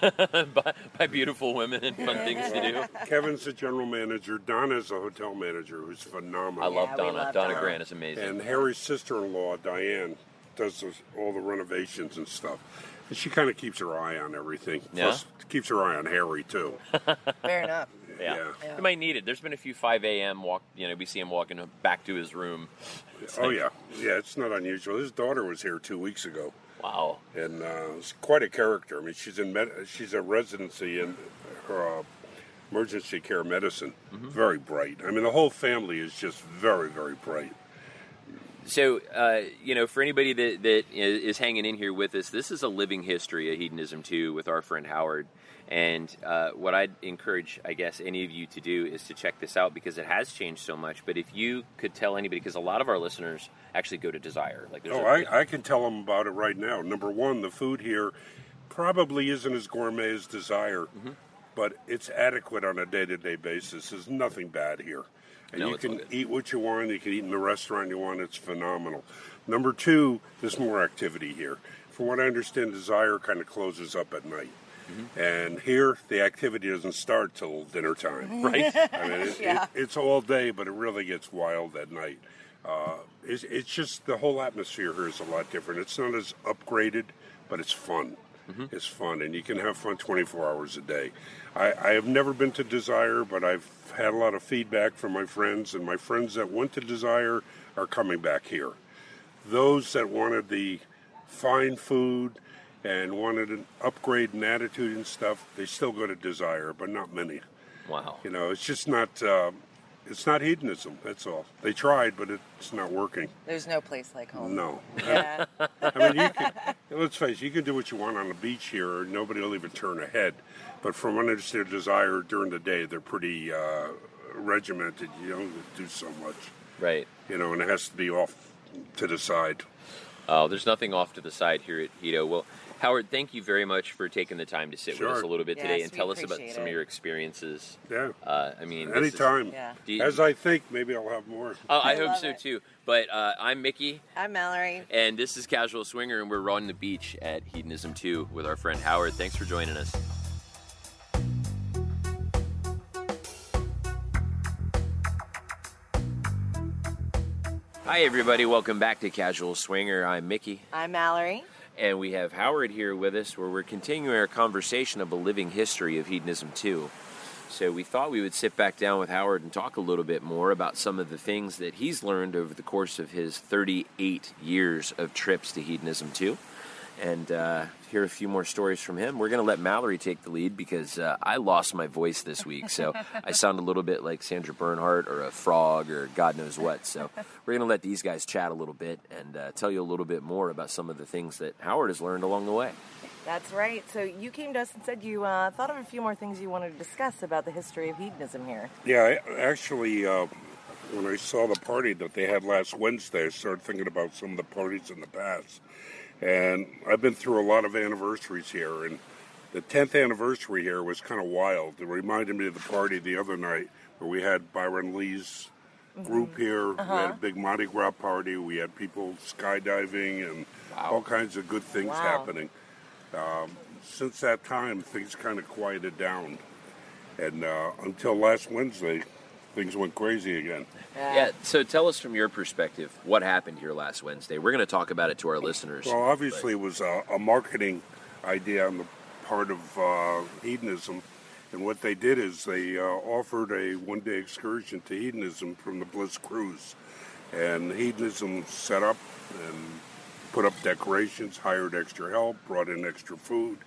Speaker 2: by, by beautiful women and fun things to *laughs* do.
Speaker 3: *laughs* Kevin's the general manager. Donna's the hotel manager, who's phenomenal.
Speaker 2: I love
Speaker 4: we
Speaker 2: Donna.
Speaker 4: love
Speaker 2: Donna
Speaker 4: Donna.
Speaker 2: Grant is amazing.
Speaker 3: And Harry's sister-in-law, Diane, does those, all the renovations and stuff. And she kind of keeps her eye on everything.
Speaker 2: Yeah?
Speaker 3: Plus, keeps her eye on Harry too.
Speaker 4: Fair enough.
Speaker 2: *laughs* yeah.
Speaker 3: yeah.
Speaker 2: you might need it. There's been a few 5 a.m. walk. You know, we see him walking back to his room.
Speaker 3: Oh yeah, yeah. It's not unusual. His daughter was here two weeks ago,
Speaker 2: Wow.
Speaker 3: and uh, it's quite a character. I mean, she's in med- she's a residency in her uh, emergency care medicine. Very bright. I mean, the whole family is just very, very bright.
Speaker 2: So, uh, you know, for anybody that, that i- is hanging in here with us, this is a living history of hedonism too with our friend Howard. And uh, what I'd encourage, I guess, any of you to do is to check this out because it has changed so much. But if you could tell anybody, because a lot of our listeners actually go to Desire, like there's
Speaker 3: Oh,
Speaker 2: a-
Speaker 3: I, I can tell them about it right now. Number one, the food here probably isn't as gourmet as Desire,
Speaker 2: Mm-hmm.
Speaker 3: but it's adequate on a day to day basis. There's nothing bad here. And
Speaker 2: No,
Speaker 3: you
Speaker 2: it's all
Speaker 3: can
Speaker 2: good.
Speaker 3: eat what you want, you can eat in the restaurant you want. It's phenomenal. Number two, there's more activity here. From what I understand, Desire kind of closes up at night.
Speaker 2: Mm-hmm.
Speaker 3: And here, the activity doesn't start till dinner time.
Speaker 2: right?
Speaker 3: I mean, it,
Speaker 4: Yeah.
Speaker 3: it, it's all day, but it really gets wild at night. Uh, it's, it's just the whole atmosphere here is a lot different. It's not as upgraded, but it's fun. It's fun, and you can have fun 24 hours a day. I, I have never been to Desire, but I've had a lot of feedback from my friends, and my friends that went to Desire are coming back here those that wanted the fine food and wanted an upgrade in attitude and stuff, they still go to Desire, but not many.
Speaker 2: Wow.
Speaker 3: You know, it's just not. Um, it's not hedonism. That's all. They tried, but it's not working.
Speaker 4: There's no place like
Speaker 2: Oh.
Speaker 4: home.
Speaker 3: No.
Speaker 4: Yeah.
Speaker 3: I mean, you can, let's face it, you can do what you want on the beach here, and nobody will even turn a head. But from what I understand, Desire during the day, they're pretty uh, regimented. You don't do so much,
Speaker 2: Right.
Speaker 3: you know, and it has to be off to the side.
Speaker 2: Uh, there's nothing off to the side here at Hito. Well, Howard, thank you very much for taking the time to sit
Speaker 3: Sure.
Speaker 2: with us a little bit
Speaker 4: Yes,
Speaker 2: today and
Speaker 4: we
Speaker 2: tell us about
Speaker 4: appreciate
Speaker 2: some of
Speaker 4: it.
Speaker 2: your experiences.
Speaker 3: Yeah.
Speaker 2: Uh, I mean, this is-
Speaker 3: Anytime.
Speaker 4: Yeah.
Speaker 2: Do you-
Speaker 3: As I think, maybe I'll have more.
Speaker 2: Oh, I,
Speaker 4: I
Speaker 2: hope
Speaker 4: love
Speaker 2: so
Speaker 4: it.
Speaker 2: too. But uh, I'm Mickey,
Speaker 4: I'm Mallory.
Speaker 2: and this is Casual Swinger, and we're on the beach at Hedonism 2 with our friend Howard. Thanks for joining us. Hi, everybody. Welcome back to Casual Swinger. I'm Mickey,
Speaker 4: I'm Mallory.
Speaker 2: and we have Howard here with us, where we're continuing our conversation of a living history of Hedonism 2. So we thought we would sit back down with Howard and talk a little bit more about some of the things that he's learned over the course of his 38 years of trips to Hedonism 2. And uh, hear a few more stories from him. We're going to let Mallory take the lead because uh, I lost my voice this week. So I sound a little bit like Sandra Bernhardt or a frog or God knows what. So we're going to let these guys chat a little bit and uh, tell you a little bit more about some of the things that Howard has learned along the way.
Speaker 4: That's right. So you came to us and said you uh, thought of a few more things you wanted to discuss about the history of hedonism here.
Speaker 3: Yeah, I, actually, uh, when I saw the party that they had last Wednesday, I started thinking about some of the parties in the past. And I've been through a lot of anniversaries here, and the 10th anniversary here was kind of wild. It reminded me of the party the other night where we had Byron Lee's group here. We had a big Mardi Gras party. We had people skydiving and all kinds of good things
Speaker 4: Wow.
Speaker 3: happening. Um, since that time, things kind of quieted down. And uh, until last Wednesday, things went crazy again.
Speaker 4: Uh,
Speaker 2: Yeah, so tell us from your perspective what happened here last Wednesday. We're going to talk about it to our listeners.
Speaker 3: Well, obviously, it was a, a marketing idea on the part of uh, hedonism. And what they did is they uh, offered a one day excursion to hedonism from the Bliss Cruise. And hedonism set up and put up decorations, hired extra help, brought in extra food.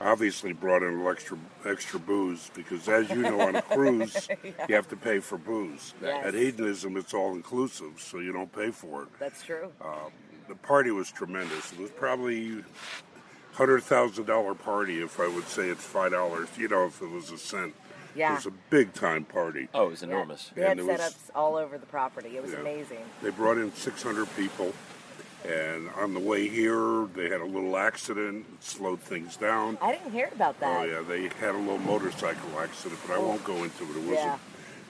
Speaker 3: Obviously, brought in a little extra extra booze because, as you know, on a cruise, you have to pay for booze.
Speaker 4: Yes.
Speaker 3: At hedonism, it's all inclusive, so you don't pay for it
Speaker 4: That's true.
Speaker 3: Uh, the party was tremendous. It was probably hundred thousand dollar party if I would say it's five dollars. You know, if it was a cent.
Speaker 4: Yeah.
Speaker 3: It was a big time party.
Speaker 2: oh, it was enormous.
Speaker 4: They had
Speaker 3: And there was-
Speaker 4: setups all over the property. It was
Speaker 3: Yeah.
Speaker 4: amazing.
Speaker 3: They brought in six hundred people, and on the way here they had a little accident, it slowed things down.
Speaker 4: I didn't hear about that.
Speaker 3: Oh yeah, they had a little motorcycle accident, but I won't go into it. It wasn't.
Speaker 4: Oh, Yeah.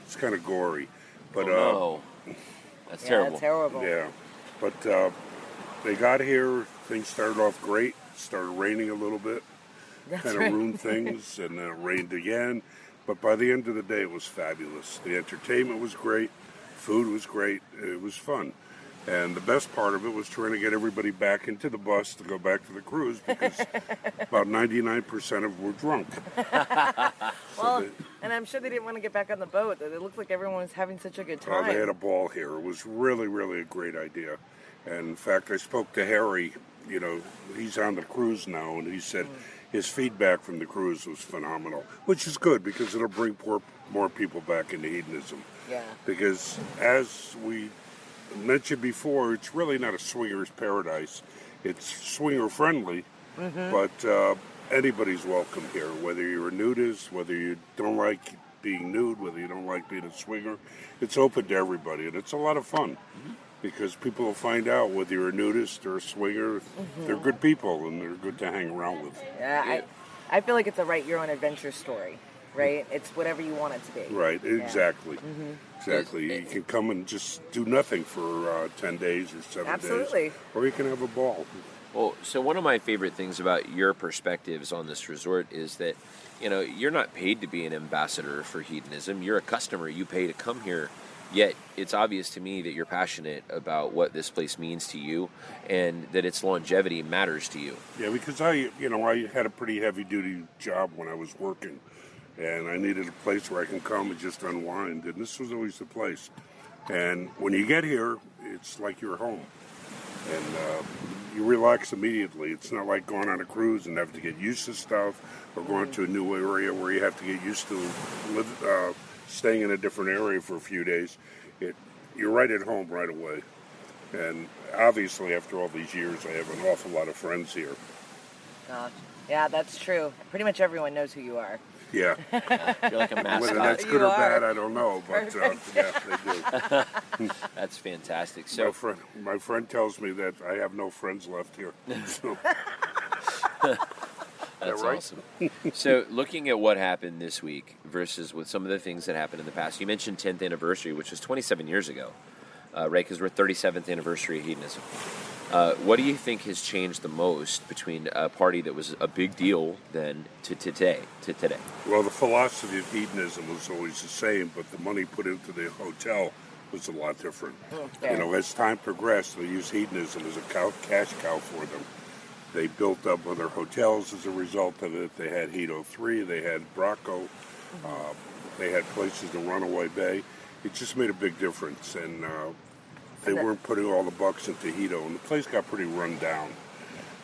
Speaker 3: It's kind of gory, but
Speaker 2: Oh,
Speaker 3: uh,
Speaker 2: no. That's
Speaker 4: Yeah,
Speaker 2: terrible.
Speaker 4: That's terrible.
Speaker 3: Yeah, but uh, they got here. Things started off great. started raining a little bit.
Speaker 4: That's
Speaker 3: kind of
Speaker 4: right.
Speaker 3: ruined things, and then it rained again. But by the end of the day, it was fabulous. The entertainment was great, food was great, it was fun. And the best part of it was trying to get everybody back into the bus to go back to the cruise
Speaker 4: *laughs*
Speaker 3: because about 99% of them were drunk.
Speaker 4: Well, and I'm sure they didn't want to get back on the boat. It looked like everyone was having such a good
Speaker 3: Uh,
Speaker 4: time.
Speaker 3: they had a ball here. It was really, really a great idea. And in fact, I spoke to Harry. You know, he's on the cruise now, and he said his feedback from the cruise was phenomenal, which is good because it'll bring more, more people back into hedonism.
Speaker 4: Yeah.
Speaker 3: Because as we mentioned before, it's really not a swinger's paradise. It's swinger friendly, but uh, anybody's welcome here, whether you're a nudist, whether you don't like being nude, whether you don't like being a swinger. It's open to everybody, and it's a lot of fun because people will find out whether you're a nudist or a swinger. They're good people and they're good to hang around with.
Speaker 4: Yeah, I, I feel like it's a write your own adventure story, right? It's whatever you want it to be.
Speaker 3: Right, exactly. Exactly. You can come and just do nothing for uh, 10 days or seven
Speaker 4: Absolutely.
Speaker 3: days. Or you can have a ball.
Speaker 2: Well, so one of my favorite things about your perspectives on this resort is that, you know, you're not paid to be an ambassador for hedonism. You're a customer. You pay to come here. Yet it's obvious to me that you're passionate about what this place means to you, and that its longevity matters to you.
Speaker 3: Yeah, because I, you know, I had a pretty heavy duty job when I was working, and I needed a place where I can come and just unwind, and this was always the place. And when you get here, it's like you're home, and uh, you relax immediately. It's not like going on a cruise and have to get used to stuff, or going to a new area where you have to get used to live, uh, staying in a different area for a few days. It, you're right at home right away. And obviously, after all these years, I have an awful lot of friends here.
Speaker 4: Gosh. Yeah, that's true. Pretty much everyone knows who you are. *laughs*
Speaker 3: Yeah,
Speaker 2: You're like a
Speaker 3: whether
Speaker 2: mascot.
Speaker 3: that's good
Speaker 4: You
Speaker 3: or bad,
Speaker 4: are.
Speaker 3: I don't know, but uh, yeah, they do.
Speaker 2: That's fantastic.
Speaker 3: My
Speaker 2: So,
Speaker 3: friend, my friend tells me that I have no friends left here. *laughs* So,
Speaker 2: That's
Speaker 3: right?
Speaker 2: awesome. so, looking at what happened this week versus with some of the things that happened in the past, you mentioned 10th anniversary, which was 27 years ago, uh, right? Because we're 37th anniversary of hedonism. Uh, what do you think has changed the most between a party that was a big deal then to today? To today,
Speaker 3: well, the philosophy of hedonism was always the same, but the money put into the hotel was a lot different.
Speaker 4: fair.
Speaker 3: You know, as time progressed, they used hedonism as a cow, cash cow for them. They built up other hotels as a result of it. They had Hedo 3, they had Bracco,
Speaker 4: Mm-hmm.
Speaker 3: uh, they had places in Runaway Bay. It just made a big difference, and uh, they
Speaker 4: And that-
Speaker 3: weren't putting all the bucks into Hedo, and the place got pretty run down.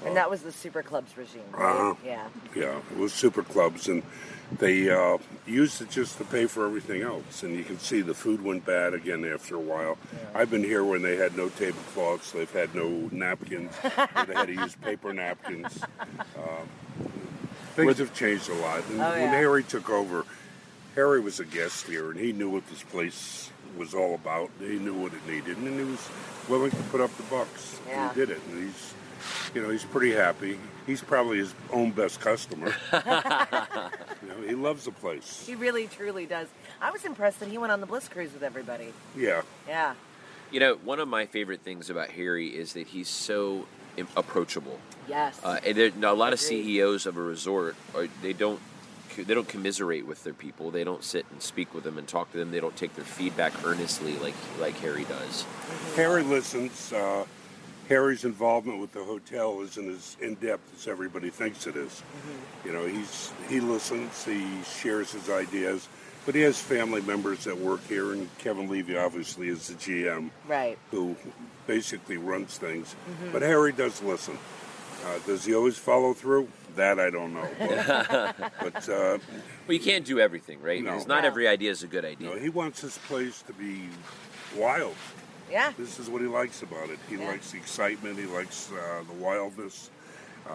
Speaker 4: And that was the super clubs regime. Right?
Speaker 3: Uh-huh.
Speaker 4: Yeah.
Speaker 3: Yeah, it was super clubs, and they uh, used it just to pay for everything else. And you can see the food went bad again after a while. I've been here when they had no tablecloths, they've had no napkins, or they had to use
Speaker 4: *laughs*
Speaker 3: paper napkins. Um, things have changed a lot. And
Speaker 4: Oh,
Speaker 3: when
Speaker 4: yeah.
Speaker 3: Harry took over, Harry was a guest here, and he knew what this place was all about. He knew what it needed, and he was willing to put up the bucks.
Speaker 4: Yeah.
Speaker 3: And he did it, and he's, you know, he's pretty happy. He's probably his own best customer. you know, he loves the place.
Speaker 4: He really, truly does. I was impressed that he went on the Bliss Cruise with everybody.
Speaker 3: Yeah,
Speaker 4: Yeah.
Speaker 2: you know, one of my favorite things about Harry is that he's so im- approachable.
Speaker 4: Yes.
Speaker 2: Uh, and there, now, a lot of
Speaker 4: Agreed.
Speaker 2: CEOs of a resort are, they don't they don't commiserate with their people. They don't sit and speak with them and talk to them. They don't take their feedback earnestly like like Harry does.
Speaker 3: Harry listens. Uh, Harry's involvement with the hotel isn't as in depth as everybody thinks it is. You know, he's he listens, he shares his ideas, but he has family members that work here, and Kevin Levy obviously is the GM
Speaker 4: right.
Speaker 3: who basically runs things. But Harry does listen. Uh, does he always follow through? That I don't know. But, but
Speaker 2: Well,
Speaker 3: uh,
Speaker 2: you can't do everything, right?
Speaker 3: No.
Speaker 2: Because not
Speaker 4: No.
Speaker 2: every idea is a good
Speaker 3: you
Speaker 2: idea.
Speaker 3: know, he wants his place to be wild.
Speaker 4: Yeah.
Speaker 3: This is what he likes about it. He
Speaker 4: Yeah.
Speaker 3: likes the excitement. He likes uh, the wildness. Uh,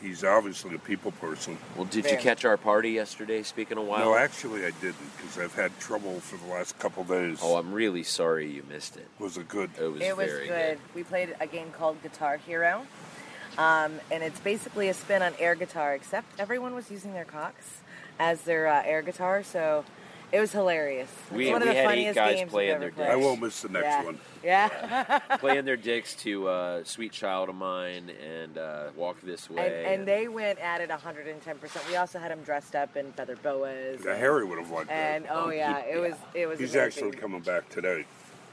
Speaker 3: he's obviously a people person.
Speaker 2: well, did you
Speaker 4: Fair.
Speaker 2: catch our party yesterday? Speaking of wild,
Speaker 3: No, actually, I didn't because I've had trouble for the last couple days.
Speaker 2: oh, I'm really sorry you missed it.
Speaker 3: was it good?
Speaker 2: It was,
Speaker 4: It was
Speaker 2: very
Speaker 4: good. We played a game called Guitar Hero. Um, and it's basically a spin on air guitar, except everyone was using their cocks as their uh, air guitar. So It was hilarious.
Speaker 2: We-
Speaker 4: it's one of
Speaker 2: we
Speaker 4: the
Speaker 2: had eight
Speaker 4: funniest
Speaker 2: guys
Speaker 4: games
Speaker 2: play
Speaker 4: we've
Speaker 2: in
Speaker 4: ever
Speaker 2: their
Speaker 4: played.
Speaker 2: day.
Speaker 3: I won't miss the next
Speaker 4: yeah.
Speaker 3: one.
Speaker 4: *laughs* Yeah.
Speaker 2: playing their dicks to uh, "Sweet Child of Mine" and uh, "Walk This Way."
Speaker 4: and, and they went at it 110%. We also had them dressed up in feather boas.
Speaker 3: Now, Harry would have liked that.
Speaker 4: And oh yeah, it was it was
Speaker 3: He's
Speaker 4: amazing.
Speaker 3: actually coming back today.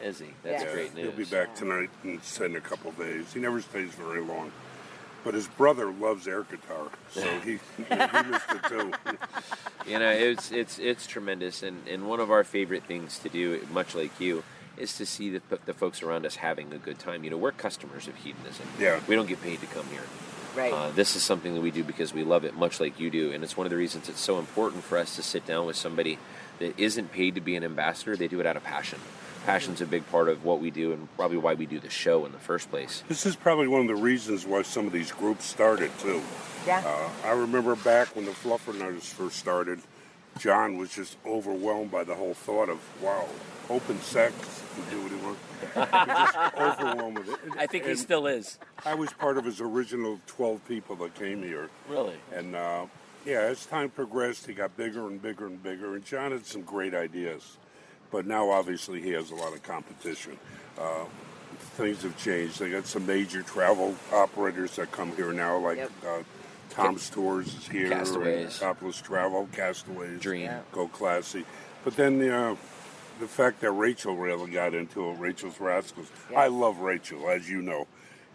Speaker 2: is he? That's
Speaker 4: Yeah.
Speaker 2: great news.
Speaker 3: He'll be back tonight and spend a couple days. He never stays very long. But his brother loves air guitar, so he, *laughs* he missed it too.
Speaker 2: You know, it's it's it's tremendous, and, and one of our favorite things to do, much like you, is to see the, the folks around us having a good time. You know, we're customers of hedonism.
Speaker 3: Yeah.
Speaker 2: we don't get paid to come here.
Speaker 4: right.
Speaker 2: Uh, this is something that we do because we love it, much like you do, and it's one of the reasons it's so important for us to sit down with somebody that isn't paid to be an ambassador. They do it out of passion. Passion's a big part of what we do, and probably why we do the show in the first place.
Speaker 3: This is probably one of the reasons why some of these groups started too.
Speaker 4: yeah.
Speaker 3: Uh, I remember back when the Fluffer Nutters first started, John was just overwhelmed by the whole thought of, wow, open sex, you do what you want. He was just overwhelmed with it. And
Speaker 2: is.
Speaker 3: I was part of his original 12 people that came here.
Speaker 2: Really?
Speaker 3: And uh, yeah, as time progressed, he got bigger and bigger and bigger. And John had some great ideas, but now obviously he has a lot of competition. Uh, things have changed. They got some major travel operators that come here now, like
Speaker 4: Yep.
Speaker 3: uh, Tom's Tours is here, and
Speaker 2: Castaways.
Speaker 3: Topless Travel, Castaways,
Speaker 2: Dream. Yeah.
Speaker 3: Go Classy. But then the. Uh, the fact that Rachel really got into it, Rachel's Rascals. I love Rachel, as you know.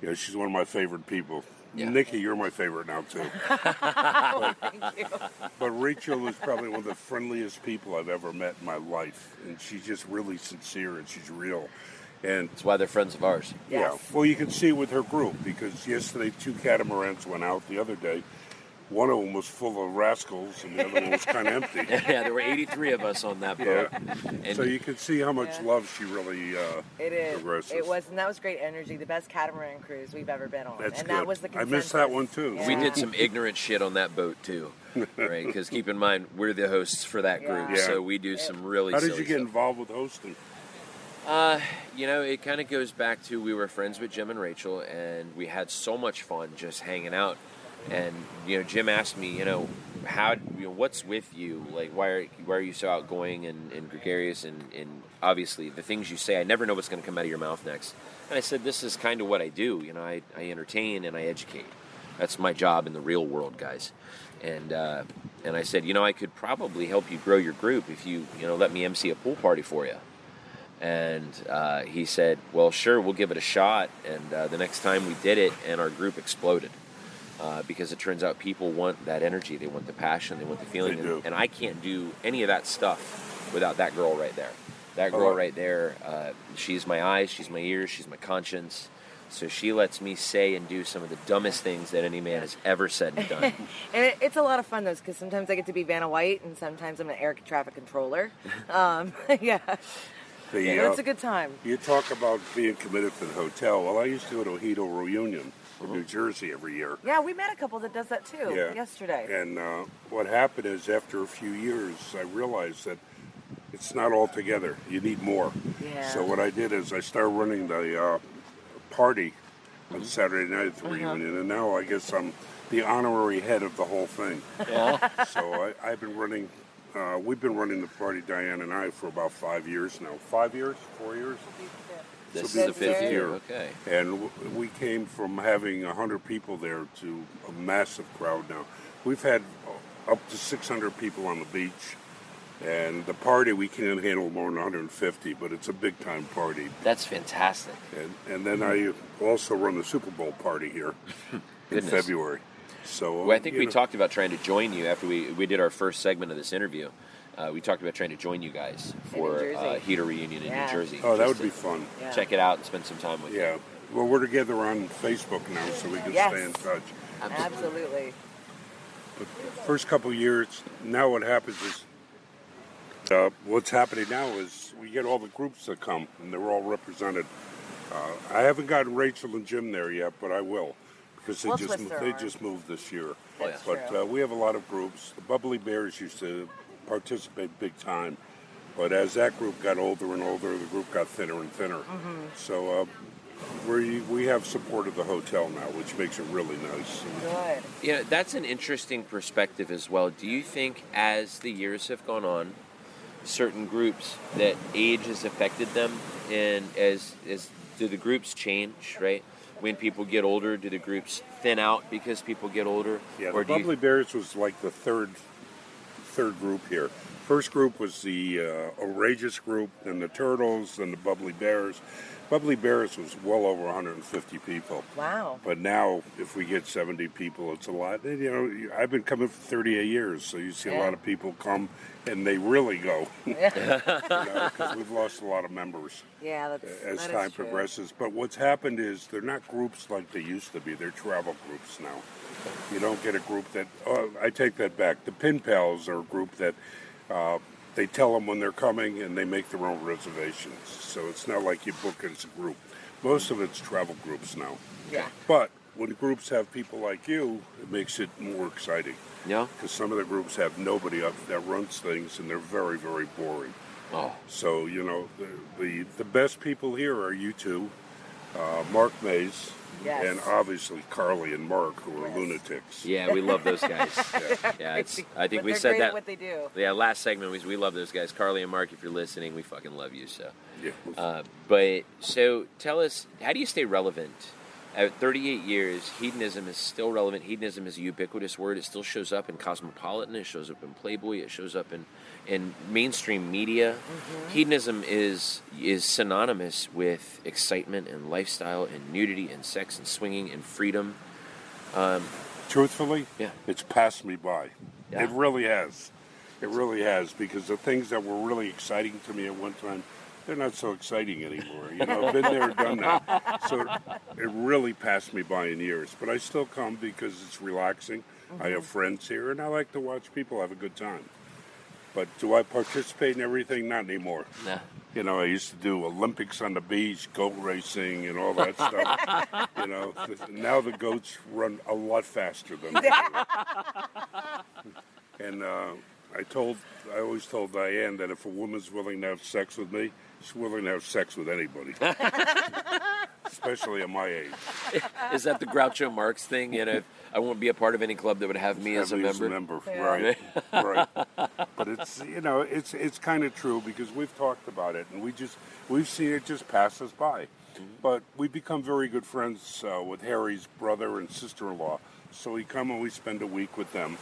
Speaker 3: You know, she's one of my favorite people.
Speaker 2: Yeah.
Speaker 3: Nikki, you're my favorite now too. But Rachel is probably one of the friendliest people I've ever met in my life, and she's just really sincere and she's real. And
Speaker 2: That's why they're friends of ours. *laughs*
Speaker 4: Yes.
Speaker 3: yeah, well, you can see with her group because yesterday two catamarans went out. The other day, one of them was full of rascals, and the other
Speaker 4: *laughs*
Speaker 3: one was kind of empty.
Speaker 2: yeah, there were 83 of us on that boat.
Speaker 3: Yeah.
Speaker 2: And
Speaker 3: So you can see how much
Speaker 4: Yeah.
Speaker 3: love she really uh,
Speaker 4: It is.
Speaker 3: progresses.
Speaker 4: It was, and that was great energy. The best catamaran cruise we've ever been on,
Speaker 3: That's
Speaker 4: and
Speaker 3: good.
Speaker 4: that was the.
Speaker 3: I
Speaker 4: Consensus.
Speaker 3: missed that one too.
Speaker 4: Yeah.
Speaker 2: we did some ignorant shit on that boat too, right? Because keep in mind we're the hosts for that group,
Speaker 4: Yeah.
Speaker 3: Yeah.
Speaker 2: so we do some really.
Speaker 3: How did
Speaker 2: silly
Speaker 3: you get
Speaker 2: stuff.
Speaker 3: involved with hosting?
Speaker 2: Uh, you know, it kind of goes back to we were friends with Jim and Rachel, and we had so much fun just hanging out. And you know, Jim asked me, you know, how, you know, what's with you? Like, why are why are you so outgoing and, and gregarious? And, and obviously, the things you say, I never know what's going to come out of your mouth next. And I said, this is kind of what I do. You know, I, I entertain and I educate. That's my job in the real world, guys. And uh, and I said, you know, I could probably help you grow your group if you you know let me MC a pool party for you. And uh, he said, Well, sure, we'll give it a shot. And uh, the next time we did it, and our group exploded. Uh, because it turns out people want that energy, they want the passion, they want the feeling.
Speaker 3: They
Speaker 2: and,
Speaker 3: do.
Speaker 2: and I can't do any of that stuff without that girl right there. That girl
Speaker 3: Oh.
Speaker 2: right there, uh, she's my eyes, she's my ears, she's my conscience. So she lets me say and do some of the dumbest things that any man has ever said and *laughs* done.
Speaker 4: And it, it's a lot of fun though, because sometimes I get to be Vanna White, and sometimes I'm an air traffic
Speaker 3: *laughs*
Speaker 4: controller. Um, *laughs* yeah,
Speaker 3: The,
Speaker 4: But it's
Speaker 3: uh,
Speaker 4: a good time.
Speaker 3: You talk about being committed to the hotel. Well, I used to go to Ojito Reunion
Speaker 4: Uh-huh.
Speaker 3: from New Jersey every year.
Speaker 4: Yeah, we met a couple that does that too
Speaker 3: Yeah.
Speaker 4: yesterday.
Speaker 3: And uh, what happened is, after a few years, I realized that it's not all together. You need more.
Speaker 4: Yeah.
Speaker 3: So what I did is I started running the uh, party on Saturday night at the reunion, and now I guess I'm the honorary head of the whole thing. so I, I've been running. Uh, we've been running the party, Diane and I, for about five years now. Five years, four years.
Speaker 2: this
Speaker 4: This
Speaker 2: is the fifth
Speaker 4: year.
Speaker 2: year. Okay.
Speaker 3: And w- we came from having 100 people there to a massive crowd now. We've had uh, up to 600 people on the beach. And the party, we can't handle more than 150, but it's a big time party.
Speaker 2: That's fantastic.
Speaker 3: And, and then I also run the Super Bowl party
Speaker 2: *laughs*
Speaker 3: here
Speaker 2: Hmm.
Speaker 3: in
Speaker 2: Goodness.
Speaker 3: February. So uh,
Speaker 2: Well, I think
Speaker 3: you
Speaker 2: we
Speaker 3: know,
Speaker 2: talked about trying to join you after we, we did our first segment of this interview. Uh, we talked about trying to join you guys for
Speaker 4: Jersey.
Speaker 2: uh, heater reunion in
Speaker 4: Yeah.
Speaker 2: New Jersey.
Speaker 3: Oh, that
Speaker 2: just
Speaker 3: would be
Speaker 2: to
Speaker 3: fun.
Speaker 4: Yeah.
Speaker 2: Check it out and spend some time with
Speaker 3: Yeah.
Speaker 2: you.
Speaker 3: Well, we're together on Facebook now, so we can
Speaker 4: Yes.
Speaker 3: stay in touch.
Speaker 4: Absolutely.
Speaker 3: first couple years, now what happens is, uh, what's happening now is we get all the groups that come and they're all represented. Uh, I haven't gotten Rachel and Jim there yet, but I will because they
Speaker 4: We'll
Speaker 3: just
Speaker 4: twist
Speaker 3: mo-
Speaker 4: their
Speaker 3: they
Speaker 4: arm.
Speaker 3: just moved this year.
Speaker 2: That's
Speaker 3: but
Speaker 4: true.
Speaker 3: uh, we have a lot of groups. The Bubbly Bears used to participate big time, but as that group got older and older, the group got thinner and thinner. So. Uh, we, we have support of the hotel now, which makes it really nice.
Speaker 4: Good.
Speaker 2: You know, that's an interesting perspective as well. Do you think as the years have gone on, certain groups that age has affected them, and as as do the groups change, right? When people get older, do the groups thin out because people get older?
Speaker 3: Yeah,
Speaker 2: or
Speaker 3: the
Speaker 2: do
Speaker 3: Bubbly
Speaker 2: you,
Speaker 3: Bears was like the third third group here. First group was the uh, Outrageous group, then the Turtles, then the Bubbly Bears. Bubbly Bears was well over 150 people.
Speaker 4: Wow.
Speaker 3: But now, if we get 70 people, it's a lot. And, You know, you- I've been coming for 38 years, so you see a
Speaker 4: Yeah.
Speaker 3: lot of people come and they really go. *laughs* you know, 'cause we've lost a lot of members
Speaker 4: Yeah, that's
Speaker 3: as
Speaker 4: that is
Speaker 3: time
Speaker 4: true.
Speaker 3: progresses. But what's happened is they're not groups like they used to be. They're travel groups now. You don't get a group that. Oh, I take that back. The Pin Pals are a group that uh, they tell them when they're coming and they make their own reservations. So it's not like you book it as a group. Most of it's travel groups now.
Speaker 4: Yeah. *laughs*
Speaker 3: But when groups have people like you, it makes it more exciting
Speaker 2: yeah.
Speaker 3: because some of the groups have nobody up that runs things and they're very, very boring.
Speaker 2: Oh,
Speaker 3: So you know, the the, the best people here are you two, uh, Mark Mays,
Speaker 4: Yes.
Speaker 3: and obviously Carly and Mark, who are
Speaker 4: Yes.
Speaker 3: lunatics.
Speaker 2: yeah, we love those
Speaker 4: *laughs*
Speaker 2: guys.
Speaker 3: Yeah.
Speaker 2: Yeah, it's, I think
Speaker 4: But
Speaker 2: we
Speaker 4: they're
Speaker 2: said
Speaker 4: great
Speaker 2: that.
Speaker 4: At what they do.
Speaker 2: yeah, last segment we we love those guys, Carly and Mark. If you're listening, we fucking love you. So,
Speaker 3: Yeah.
Speaker 2: uh, but so tell us, how do you stay relevant? At 38 years, hedonism is still relevant. Hedonism is a ubiquitous word. It still shows up in Cosmopolitan. It shows up in Playboy. It shows up in in mainstream media.
Speaker 4: Mm-hmm.
Speaker 2: Hedonism is is synonymous with excitement and lifestyle and nudity and sex and swinging and freedom.
Speaker 3: Truthfully,
Speaker 2: Yeah.
Speaker 3: it's passed me by.
Speaker 2: Yeah.
Speaker 3: It really has. It really has because the things that were really exciting to me at one time, they're not so exciting anymore. You know, I've been there, done that. So it really passed me by in years. But I still come because it's relaxing. I
Speaker 2: Mm-hmm.
Speaker 3: have friends here, and I like to watch people have a good time. But do I participate in everything? Not anymore.
Speaker 2: Nah.
Speaker 3: You know, I used to do Olympics on the beach, goat racing, and all that stuff. you know, *laughs* th- now the goats run a lot faster than they do. And uh, I told, I always told Diane that if a woman's willing to have sex with me, she's willing to have sex with anybody, especially at my age.
Speaker 2: Is that the Groucho Marx thing? You know, I won't be a part of any club that would have me as a
Speaker 3: At least
Speaker 2: member.
Speaker 3: right?
Speaker 2: *laughs*
Speaker 3: right. But it's you know it's it's kind of true because we've talked about it and we just we've seen it just pass us by.
Speaker 2: Mm-hmm.
Speaker 3: But we become very good friends uh, with Harry's brother and sister-in-law. So we come and we spend a week with them.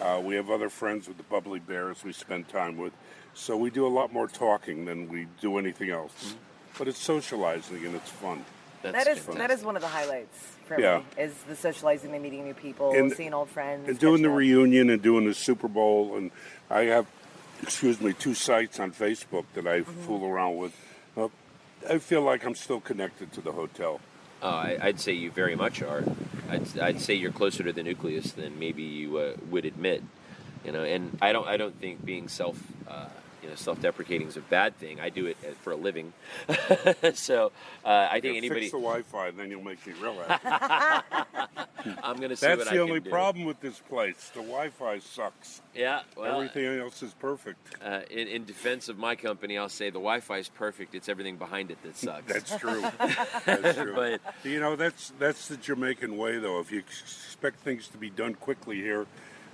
Speaker 3: Uh, we have other friends with the Bubbly Bears we spend time with. So we do a lot more talking than we do anything else.
Speaker 2: Mm-hmm.
Speaker 3: But it's socializing and it's fun.
Speaker 4: That is
Speaker 2: fantastic.
Speaker 4: that is one of the highlights for
Speaker 3: Yeah.
Speaker 4: me is the socializing and meeting new people,
Speaker 3: And-
Speaker 4: seeing old friends,
Speaker 3: and doing the
Speaker 4: catching up.
Speaker 3: reunion and doing the Super Bowl, and I have, excuse me, two sites on Facebook that I
Speaker 4: Mm-hmm.
Speaker 3: fool around with. Uh, I feel like I'm still connected to the hotel.
Speaker 2: Oh, I, I'd say you very much are. I'd, I'd say you're closer to the nucleus than maybe you uh, would admit. You know, and I don't. I don't think being self, uh, you know, self-deprecating is a bad thing. I do it uh, for a living, *laughs* so uh, I think
Speaker 3: Yeah,
Speaker 2: anybody.
Speaker 3: Fix the Wi-Fi, and then you'll make me
Speaker 2: *laughs*
Speaker 3: realize.
Speaker 2: I'm going to see
Speaker 3: That's
Speaker 2: what
Speaker 3: the
Speaker 2: I
Speaker 3: only
Speaker 2: can do.
Speaker 3: problem with this place. The Wi-Fi sucks.
Speaker 2: Yeah, well,
Speaker 3: Everything else is
Speaker 2: *laughs*
Speaker 3: perfect.
Speaker 2: Uh, in, in defense of my company, I'll say the Wi-Fi is perfect. It's everything behind it that sucks.
Speaker 3: That's
Speaker 2: *laughs*
Speaker 3: true. That's true.
Speaker 2: But-
Speaker 3: you know, that's that's the Jamaican way, though. If you expect things to be done quickly here,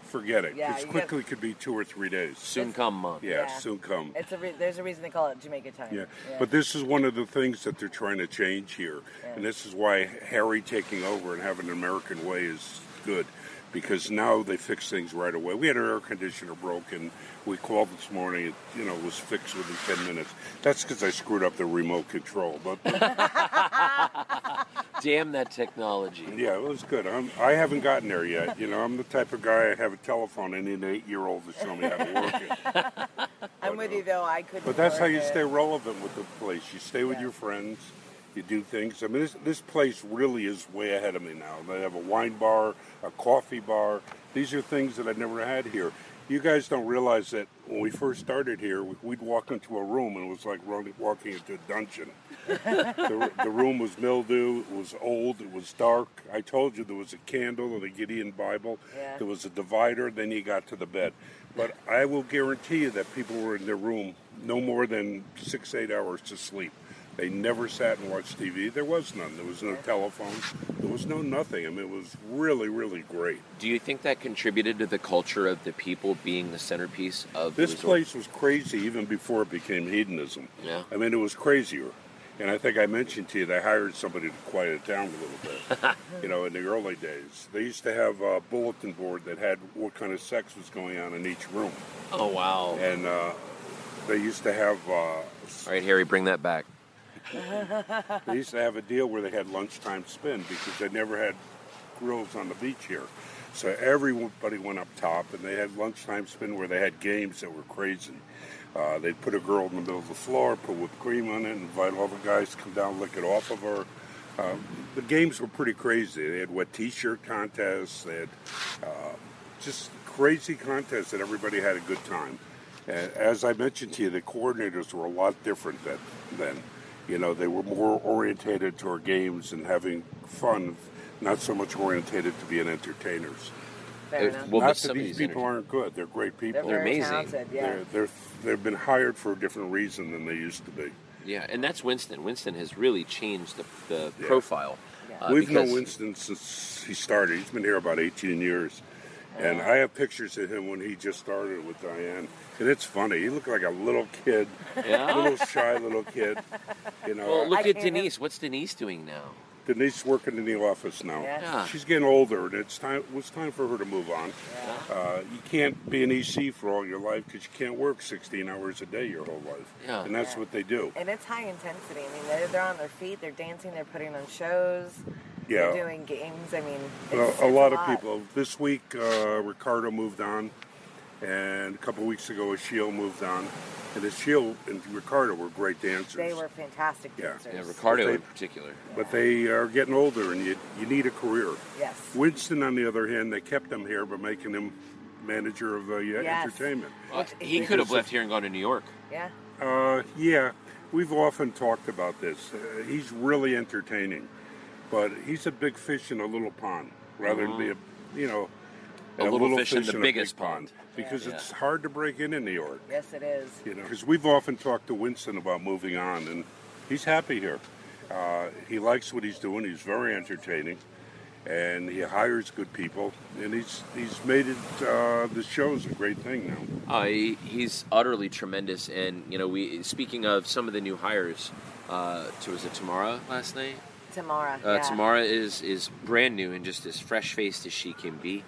Speaker 3: forget it.
Speaker 4: Yeah,
Speaker 3: Because
Speaker 4: you get-
Speaker 3: quickly could be two or three days.
Speaker 2: soon come, mom.
Speaker 3: Yeah,
Speaker 4: Yeah.
Speaker 3: soon come.
Speaker 4: It's a re- there's a reason they call it Jamaica time.
Speaker 3: Yeah. but this is one of the things that they're trying to change here, and this is why Harry taking over and having an American way is good, because now they fix things right away. We had our air conditioner broken. We called this morning. It you know was fixed within ten minutes. That's because I screwed up the remote control, but
Speaker 2: Damn that technology.
Speaker 3: yeah, it was good. I'm, I haven't gotten there yet. You know, I'm the type of guy I have a telephone. I need an eight-year-old to show me how to work it.
Speaker 4: I'm with you though. I could.
Speaker 3: But that's how you stay relevant with the place. You stay with
Speaker 4: Yeah.
Speaker 3: your friends. You do things. I mean, this, this place really is way ahead of me now. They have a wine bar, a coffee bar. These are things that I never had here. You guys don't realize that when we first started here, we- we'd walk into a room and it was like running, walking into a dungeon. the, the room was mildew, it was old, it was dark. I told you there was a candle and a Gideon Bible.
Speaker 4: Yeah.
Speaker 3: There was a divider, then you got to the bed. But I will guarantee you that people were in their room no more than six, eight hours to sleep. They never sat and watched TV. There was none. There was no telephone. There was no nothing. I mean, it was really, really great.
Speaker 2: Do you think that contributed to the culture of the people being the centerpiece of
Speaker 3: This
Speaker 2: the resort?
Speaker 3: place was crazy even before it became hedonism.
Speaker 2: Yeah.
Speaker 3: I mean, it was crazier. And I think I mentioned to you they hired somebody to quiet it down a little bit. you know, in the early days, they used to have a bulletin board that had what kind of sex was going on in each room,
Speaker 2: Oh wow!
Speaker 3: and uh, they used to have uh,
Speaker 2: All right, Harry, bring that back.
Speaker 3: they used to have a deal where they had lunchtime spin because they never had grills on the beach here. So everybody went up top, and they had lunchtime spin where they had games that were crazy. Uh, they'd put a girl in the middle of the floor, put whipped cream on it, invite all the guys to come down and lick it off of her. Uh, the games were pretty crazy. They had wet T-shirt contests. They had uh, just crazy contests that everybody had a good time. And as I mentioned to you, the coordinators were a lot different then. then. You know, they were more orientated toward games and having fun, not so much orientated to being entertainers.
Speaker 4: Fair enough.
Speaker 2: Well, but
Speaker 3: not that
Speaker 2: somebody's
Speaker 3: these people
Speaker 2: energy-
Speaker 3: aren't good; they're great people.
Speaker 4: They're
Speaker 2: They're
Speaker 4: very
Speaker 2: amazing.
Speaker 4: talented, yeah.
Speaker 3: They're, they're, they've been hired for a different reason than they used to be.
Speaker 2: Yeah, and that's Winston. Winston has really changed the, the
Speaker 3: Yeah.
Speaker 2: profile.
Speaker 4: Yeah.
Speaker 2: uh,
Speaker 3: We've
Speaker 2: because-
Speaker 3: known Winston since he started. He's been here about 18 years. And I have pictures of him when he just started with Diane. And it's funny. He looked like a little kid,
Speaker 2: *laughs* Yeah.
Speaker 3: *laughs* little shy little kid. You know,
Speaker 2: Well, look
Speaker 4: I
Speaker 2: at
Speaker 4: can't-
Speaker 2: Denise. What's Denise doing now?
Speaker 3: Denise working in the office now.
Speaker 4: Yeah.
Speaker 2: Yeah.
Speaker 3: She's getting older, and it's time. It was time for her to move on. Uh, you can't be an EC for all your life because you can't work 16 hours a day your whole life.
Speaker 2: Yeah.
Speaker 3: And that's
Speaker 4: Yeah.
Speaker 3: what they do.
Speaker 4: And it's high intensity. I mean, they're, they're on their feet, they're dancing, they're putting on shows,
Speaker 3: Yeah.
Speaker 4: they're doing games. I mean, it's-
Speaker 3: Uh, a, a
Speaker 4: it's
Speaker 3: lot of people. This week, uh, Ricardo moved on, and a couple weeks ago, Ashiel moved on. And Ashiel and Ricardo were great dancers.
Speaker 4: They were fantastic
Speaker 3: Yeah.
Speaker 4: dancers.
Speaker 2: Yeah, Ricardo
Speaker 3: They-
Speaker 2: in particular.
Speaker 3: But they are getting older, and you, you need a career.
Speaker 4: Yes.
Speaker 3: Winston, on the other hand, they kept him here by making him manager of uh,
Speaker 4: Yes.
Speaker 3: entertainment.
Speaker 2: Well, he could have left here and gone to New York.
Speaker 4: Yeah.
Speaker 3: Uh, yeah, we've often talked about this. Uh, he's really entertaining, but he's a big fish in a little pond rather than be a, you know,
Speaker 2: Mm-hmm. A little fish in the
Speaker 3: big
Speaker 2: biggest pond.
Speaker 3: because
Speaker 2: Yeah.
Speaker 3: it's hard to break in in New York.
Speaker 4: Yes, it is.
Speaker 3: You know, because we've often talked to Winston about moving on, and he's happy here. Uh, he likes what he's doing. He's very entertaining, and he hires good people, and he's he's made it. Uh, the show's a great thing now.
Speaker 2: Uh, he, he's utterly tremendous, and you know, we speaking of some of the new hires. Uh, to, was it Tamara last night?
Speaker 4: Tamara.
Speaker 2: Uh,
Speaker 4: yeah.
Speaker 2: Tamara is is brand new and just as fresh faced as she can be,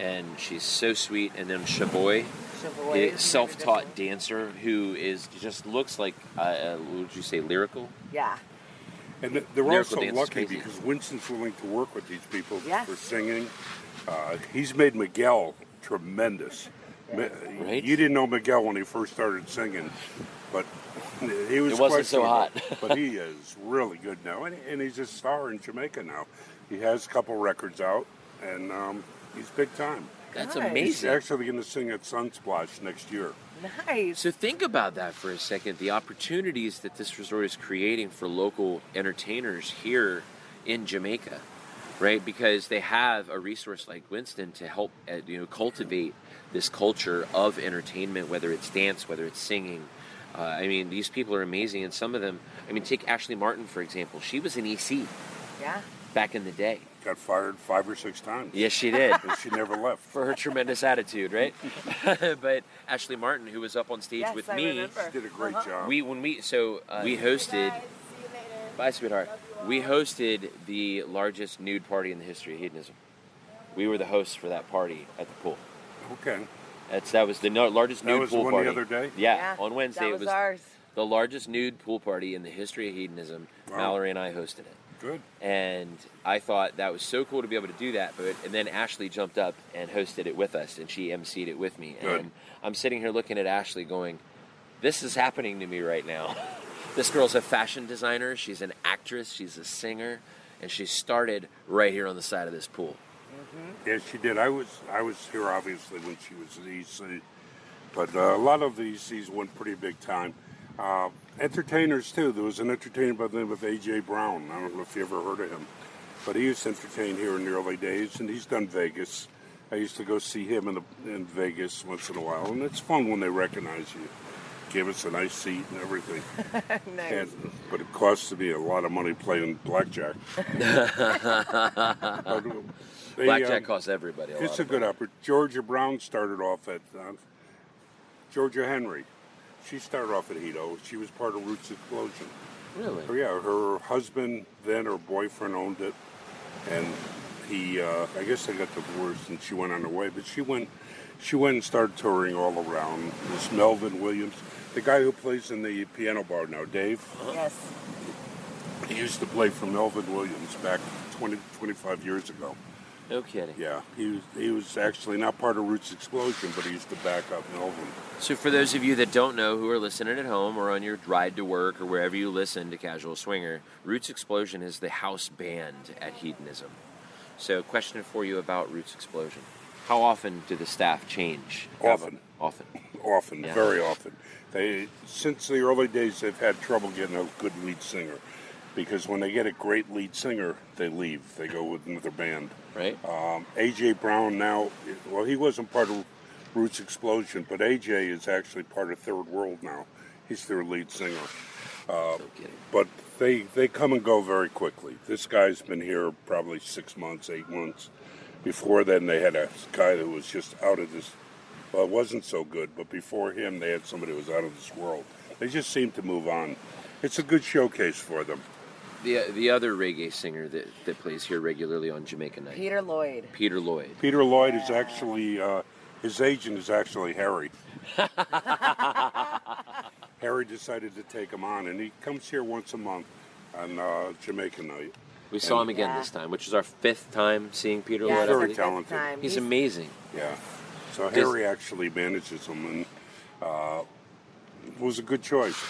Speaker 2: and she's so sweet. And then Shaboy,
Speaker 4: Shaboy,
Speaker 2: a
Speaker 4: isn't
Speaker 2: self-taught
Speaker 4: it
Speaker 2: dancer who is just looks like uh, uh, what would you say lyrical?
Speaker 4: Yeah.
Speaker 3: And th- they're
Speaker 2: Lyrical
Speaker 3: also
Speaker 2: dance is
Speaker 3: lucky
Speaker 2: crazy.
Speaker 3: because Winston's willing to work with these people
Speaker 4: Yes.
Speaker 3: for singing. Uh, he's made Miguel tremendous. Ma-
Speaker 2: Right?
Speaker 3: You didn't know Miguel when he first started singing, but *laughs* he was.
Speaker 2: It wasn't so
Speaker 3: questionable,
Speaker 2: hot. *laughs*
Speaker 3: but he is really good now, and, and he's a star in Jamaica now. He has a couple records out, and um, he's big time.
Speaker 2: That's
Speaker 4: Nice.
Speaker 3: He's
Speaker 2: amazing.
Speaker 3: actually going to sing at Sunsplash next year.
Speaker 4: Nice.
Speaker 2: So think about that for a second. The opportunities that this resort is creating for local entertainers here in Jamaica, right? Because they have a resource like Winston to help, uh, you know, cultivate this culture of entertainment, whether it's dance, whether it's singing. Uh, I mean, these people are amazing, and some of them. I mean, take Ashley Martin for example. She was an EC
Speaker 4: yeah.
Speaker 2: back in the day.
Speaker 3: Got fired five or six times.
Speaker 2: Yes, she did.
Speaker 3: and she never left.
Speaker 4: *laughs*
Speaker 2: *laughs* for her tremendous attitude, right? *laughs* but Ashley Martin, who was up on stage
Speaker 4: Yes,
Speaker 2: with
Speaker 4: I
Speaker 2: me,
Speaker 4: remember.
Speaker 3: She did a great
Speaker 4: Uh-huh.
Speaker 3: job.
Speaker 2: we when we so uh, we hosted. Bye, sweetheart. We hosted the largest nude party in the history of hedonism. We were the hosts for that party at the pool.
Speaker 3: okay.
Speaker 2: That's that was the no, largest
Speaker 3: That
Speaker 2: nude
Speaker 3: was the
Speaker 2: pool
Speaker 3: one the
Speaker 2: party
Speaker 3: other day?
Speaker 2: Yeah,
Speaker 4: Yeah,
Speaker 2: on Wednesday
Speaker 4: that
Speaker 2: it was
Speaker 4: ours.
Speaker 2: *laughs*
Speaker 4: *laughs*
Speaker 2: the largest nude pool party in the history of hedonism.
Speaker 3: Wow.
Speaker 2: Mallory and I hosted it
Speaker 3: Good.
Speaker 2: and I thought that was so cool to be able to do that. But and then Ashley jumped up and hosted it with us, and she emceed it with me.
Speaker 3: Good.
Speaker 2: And I'm sitting here looking at Ashley, going, "This is happening to me right now." *laughs* this girl's a fashion designer. She's an actress. She's a singer, and she started right here on the side of this pool.
Speaker 3: Yes, she did. I was I was here obviously when she was at EC, but uh, a lot of the ECs went pretty big time. Uh, entertainers too. There was an entertainer by the name of AJ Brown. I don't know if you ever heard of him, but he used to entertain here in the early days, and he's done Vegas. I used to go see him in, the, in Vegas once in a while, and it's fun when they recognize you. gave us a nice seat and everything.
Speaker 4: nice.
Speaker 3: And, but it cost me a lot of money playing blackjack. *laughs* But they,
Speaker 2: Blackjack
Speaker 3: um,
Speaker 2: costs everybody a
Speaker 3: It's
Speaker 2: lot.
Speaker 3: a good upper. Georgia Brown started off at uh, Georgia Henry. She started off at Hito. She was part of Roots Explosion.
Speaker 2: really?
Speaker 3: Oh, yeah, her husband then her boyfriend owned it, and he uh, I guess they got divorced and she went on her way. But she went she went and started touring all around. This Melvin Williams, the guy who plays in the piano bar now, Dave.
Speaker 4: Yes.
Speaker 3: He used to play for Melvin Williams back 20, 25 years ago.
Speaker 2: No kidding.
Speaker 3: Yeah, he was, he was actually not part of Roots Explosion, but he used to back up Melvin.
Speaker 2: So, for those of you that don't know who are listening at home or on your ride to work or wherever you listen to Casual Swinger, Roots Explosion is the house band at Hedonism. So, question for you about Roots Explosion How often do the staff change?
Speaker 3: Often.
Speaker 2: Often.
Speaker 3: Often,
Speaker 2: Yeah.
Speaker 3: very often. They since the early days they've had trouble getting a good lead singer, because when they get a great lead singer, they leave. They go with another band.
Speaker 2: Right?
Speaker 3: Um, AJ Brown now, well, he wasn't part of Roots Explosion, but AJ is actually part of Third World now. He's their lead singer.
Speaker 2: no kidding.
Speaker 3: But they they come and go very quickly. This guy's been here probably six months, eight months. Before then, they had a guy who was just out of this. Well, it wasn't so good, but before him, they had somebody who was out of this world. They just seem to move on. It's a good showcase for them.
Speaker 2: The, the other reggae singer that, that plays here regularly on Jamaica Night,
Speaker 4: Peter Lloyd.
Speaker 2: Peter Lloyd.
Speaker 3: Peter Lloyd is actually uh, his agent is actually Harry. Harry decided to take him on, and he comes here once a month on uh, Jamaica night.
Speaker 2: We saw him
Speaker 3: And-
Speaker 2: again
Speaker 4: Oh, Yeah.
Speaker 2: this time, which is our fifth time seeing Peter
Speaker 4: Yeah,
Speaker 2: Lloyd. I
Speaker 3: very
Speaker 2: believe.
Speaker 4: that's a good
Speaker 3: talented.
Speaker 4: time.
Speaker 2: He's amazing.
Speaker 3: Yeah. So
Speaker 2: Does-
Speaker 3: Harry actually manages them, and uh, was a good choice.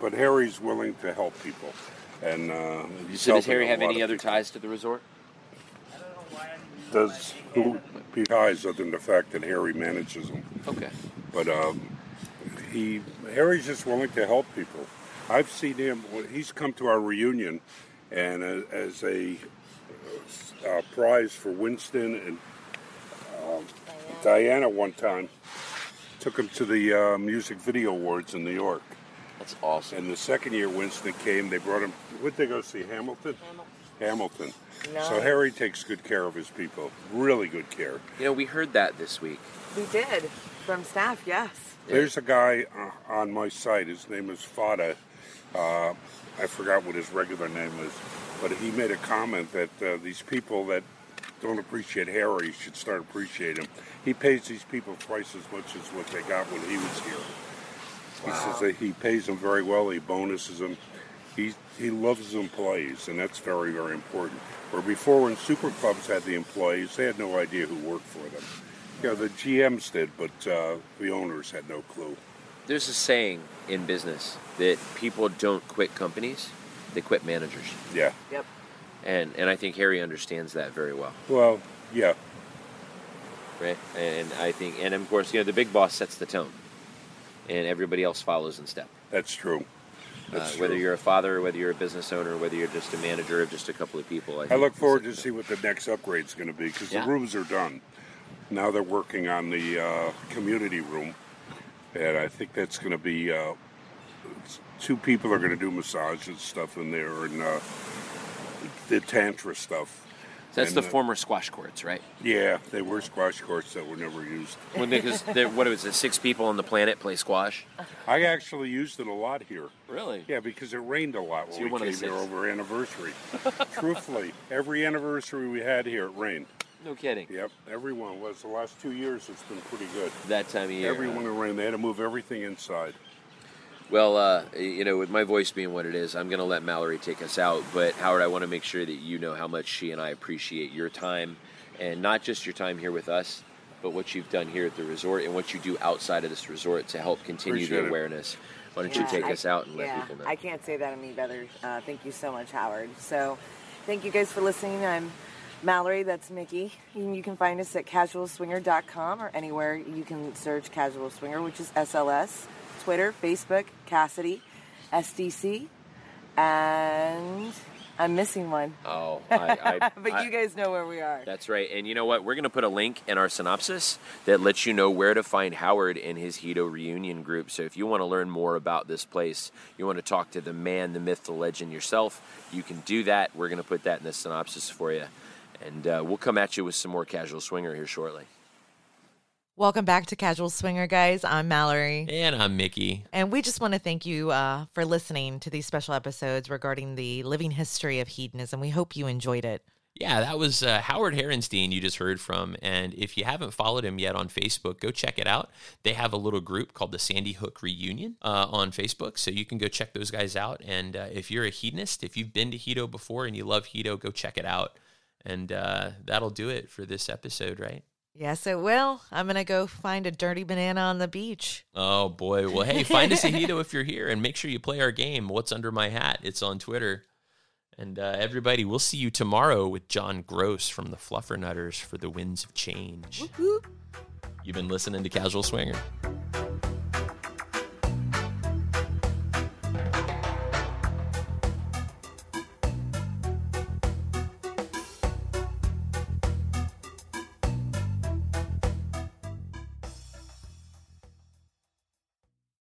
Speaker 3: But Harry's willing to help people, and uh, he's
Speaker 2: So does
Speaker 3: helping
Speaker 2: Harry
Speaker 3: a
Speaker 2: have
Speaker 3: lot
Speaker 2: any
Speaker 3: of
Speaker 2: other
Speaker 3: people.
Speaker 2: ties to the resort?
Speaker 3: Does who he ties other than the fact that Harry manages them?
Speaker 2: Okay.
Speaker 3: But um, he Harry's just willing to help people. I've seen him. when- He's come to our reunion, and uh, as a uh, prize for Winston and um, Diana one time took him to the uh, music video awards in New York.
Speaker 2: That's awesome.
Speaker 3: And the second year Winston came, they brought him. Would they go see Hamilton? Hamilton. So
Speaker 4: Nice.
Speaker 3: Harry takes good care of his people. Really good care.
Speaker 2: You know, we heard that this week.
Speaker 4: We did from staff. Yes.
Speaker 3: There's a guy uh, on my site. His name is Fada. Uh, I forgot what his regular name is, but he made a comment that uh, these people that don't appreciate Harry should start appreciating him. He pays these people twice as much as what they got when he was here. He says that he pays them very well. He bonuses them. He he loves them employees, and that's very very important. Where before, when super clubs had the employees, they had no idea who worked for them. Yeah, the GMs did, but uh, the owners had no clue.
Speaker 2: There's a saying in business that people don't quit companies, they quit managers.
Speaker 3: Yeah.
Speaker 4: Yep.
Speaker 2: And and I think Harry understands that very well,
Speaker 3: Well, yeah.
Speaker 2: right? And I think and of course, you know, the big boss sets the tone. And everybody else follows in step.
Speaker 3: That's true.
Speaker 2: Uh,
Speaker 3: That's
Speaker 2: whether
Speaker 3: true.
Speaker 2: you're a father, whether you're a business owner, whether you're just a manager of just a couple of people.
Speaker 3: I
Speaker 2: think
Speaker 3: look
Speaker 2: it's
Speaker 3: forward
Speaker 2: like-
Speaker 3: to see what the next upgrade's going to be because
Speaker 2: Yeah.
Speaker 3: the rooms are done. Now they're working on the uh, community room, and I think that's going to be uh, it's- two people are going to do massage and stuff in there and uh, the tantra stuff.
Speaker 2: That's
Speaker 3: And,
Speaker 2: the
Speaker 3: uh,
Speaker 2: former squash courts, right?
Speaker 3: Yeah, they were squash courts that were never used.
Speaker 2: When because there, what was it? Six people on the planet play squash.
Speaker 3: I actually used it a lot here.
Speaker 2: Really?
Speaker 3: Yeah, because it rained a lot
Speaker 2: So you're
Speaker 3: when
Speaker 2: one
Speaker 3: we
Speaker 2: of the
Speaker 3: came here
Speaker 2: six.
Speaker 3: over
Speaker 2: *laughs*
Speaker 3: anniversary. Truthfully, every anniversary we had here, it rained.
Speaker 2: No kidding.
Speaker 3: Yep, everyone was. The last two years, it's been pretty good.
Speaker 2: That time of year.
Speaker 3: Everyone it rained. They had to move everything inside.
Speaker 2: Well, uh, you know, with my voice being what it is, I'm going to let Mallory take us out. But Howard, I want to make sure that you know how much she and I appreciate your time, and not just your time here with us, but what you've done here at the resort and what you do outside of this resort to help continue
Speaker 3: Appreciate
Speaker 2: the
Speaker 3: it.
Speaker 2: awareness. Why don't you
Speaker 4: Yeah,
Speaker 2: take
Speaker 4: I-
Speaker 2: us out and let
Speaker 4: yeah,
Speaker 2: people know?
Speaker 4: I can't say that any better. Uh, thank you so much, Howard. So, thank you guys for listening. I'm Mallory. That's Mickey. And you can find us at casualswinger.com or anywhere you can search Casual Swinger, which is SLS, Twitter, Facebook, Cassidy, SDC, and I'm missing one. *laughs*
Speaker 2: Oh, I, I,
Speaker 4: But
Speaker 2: I-
Speaker 4: you guys know where we are.
Speaker 2: That's right. And you know what? We're going to put a link in our synopsis that lets you know where to find Howard and his Hito reunion group. So if you want to learn more about this place, you want to talk to the man, the myth, the legend yourself, you can do that. We're going to put that in the synopsis for you. And uh, we'll come at you with some more casual swinger here shortly.
Speaker 1: Welcome back to Casual Swinger, guys. I'm Mallory.
Speaker 5: And I'm Mickey.
Speaker 1: And we just want to thank you uh, for listening to these special episodes regarding the living history of hedonism. We hope you enjoyed it.
Speaker 5: Yeah, that was uh, Howard Herenstein you just heard from. And if you haven't followed him yet on Facebook, go check it out. They have a little group called the Sandy Hook Reunion uh, on Facebook. So you can go check those guys out. And uh, if you're a hedonist, if you've been to Hedo before and you love Hedo, go check it out. And uh, that'll do it for this episode, right?
Speaker 1: Yes, it will. I'm going to go find a dirty banana on the beach.
Speaker 5: Oh, boy. Well, hey, find us a Hedo if you're here and make sure you play our game, What's Under My Hat? It's on Twitter. And uh, everybody, we'll see you tomorrow with John Gross from the Fluffernutters for the Winds of Change.
Speaker 1: Whoop.
Speaker 5: You've been listening to Casual Swinger.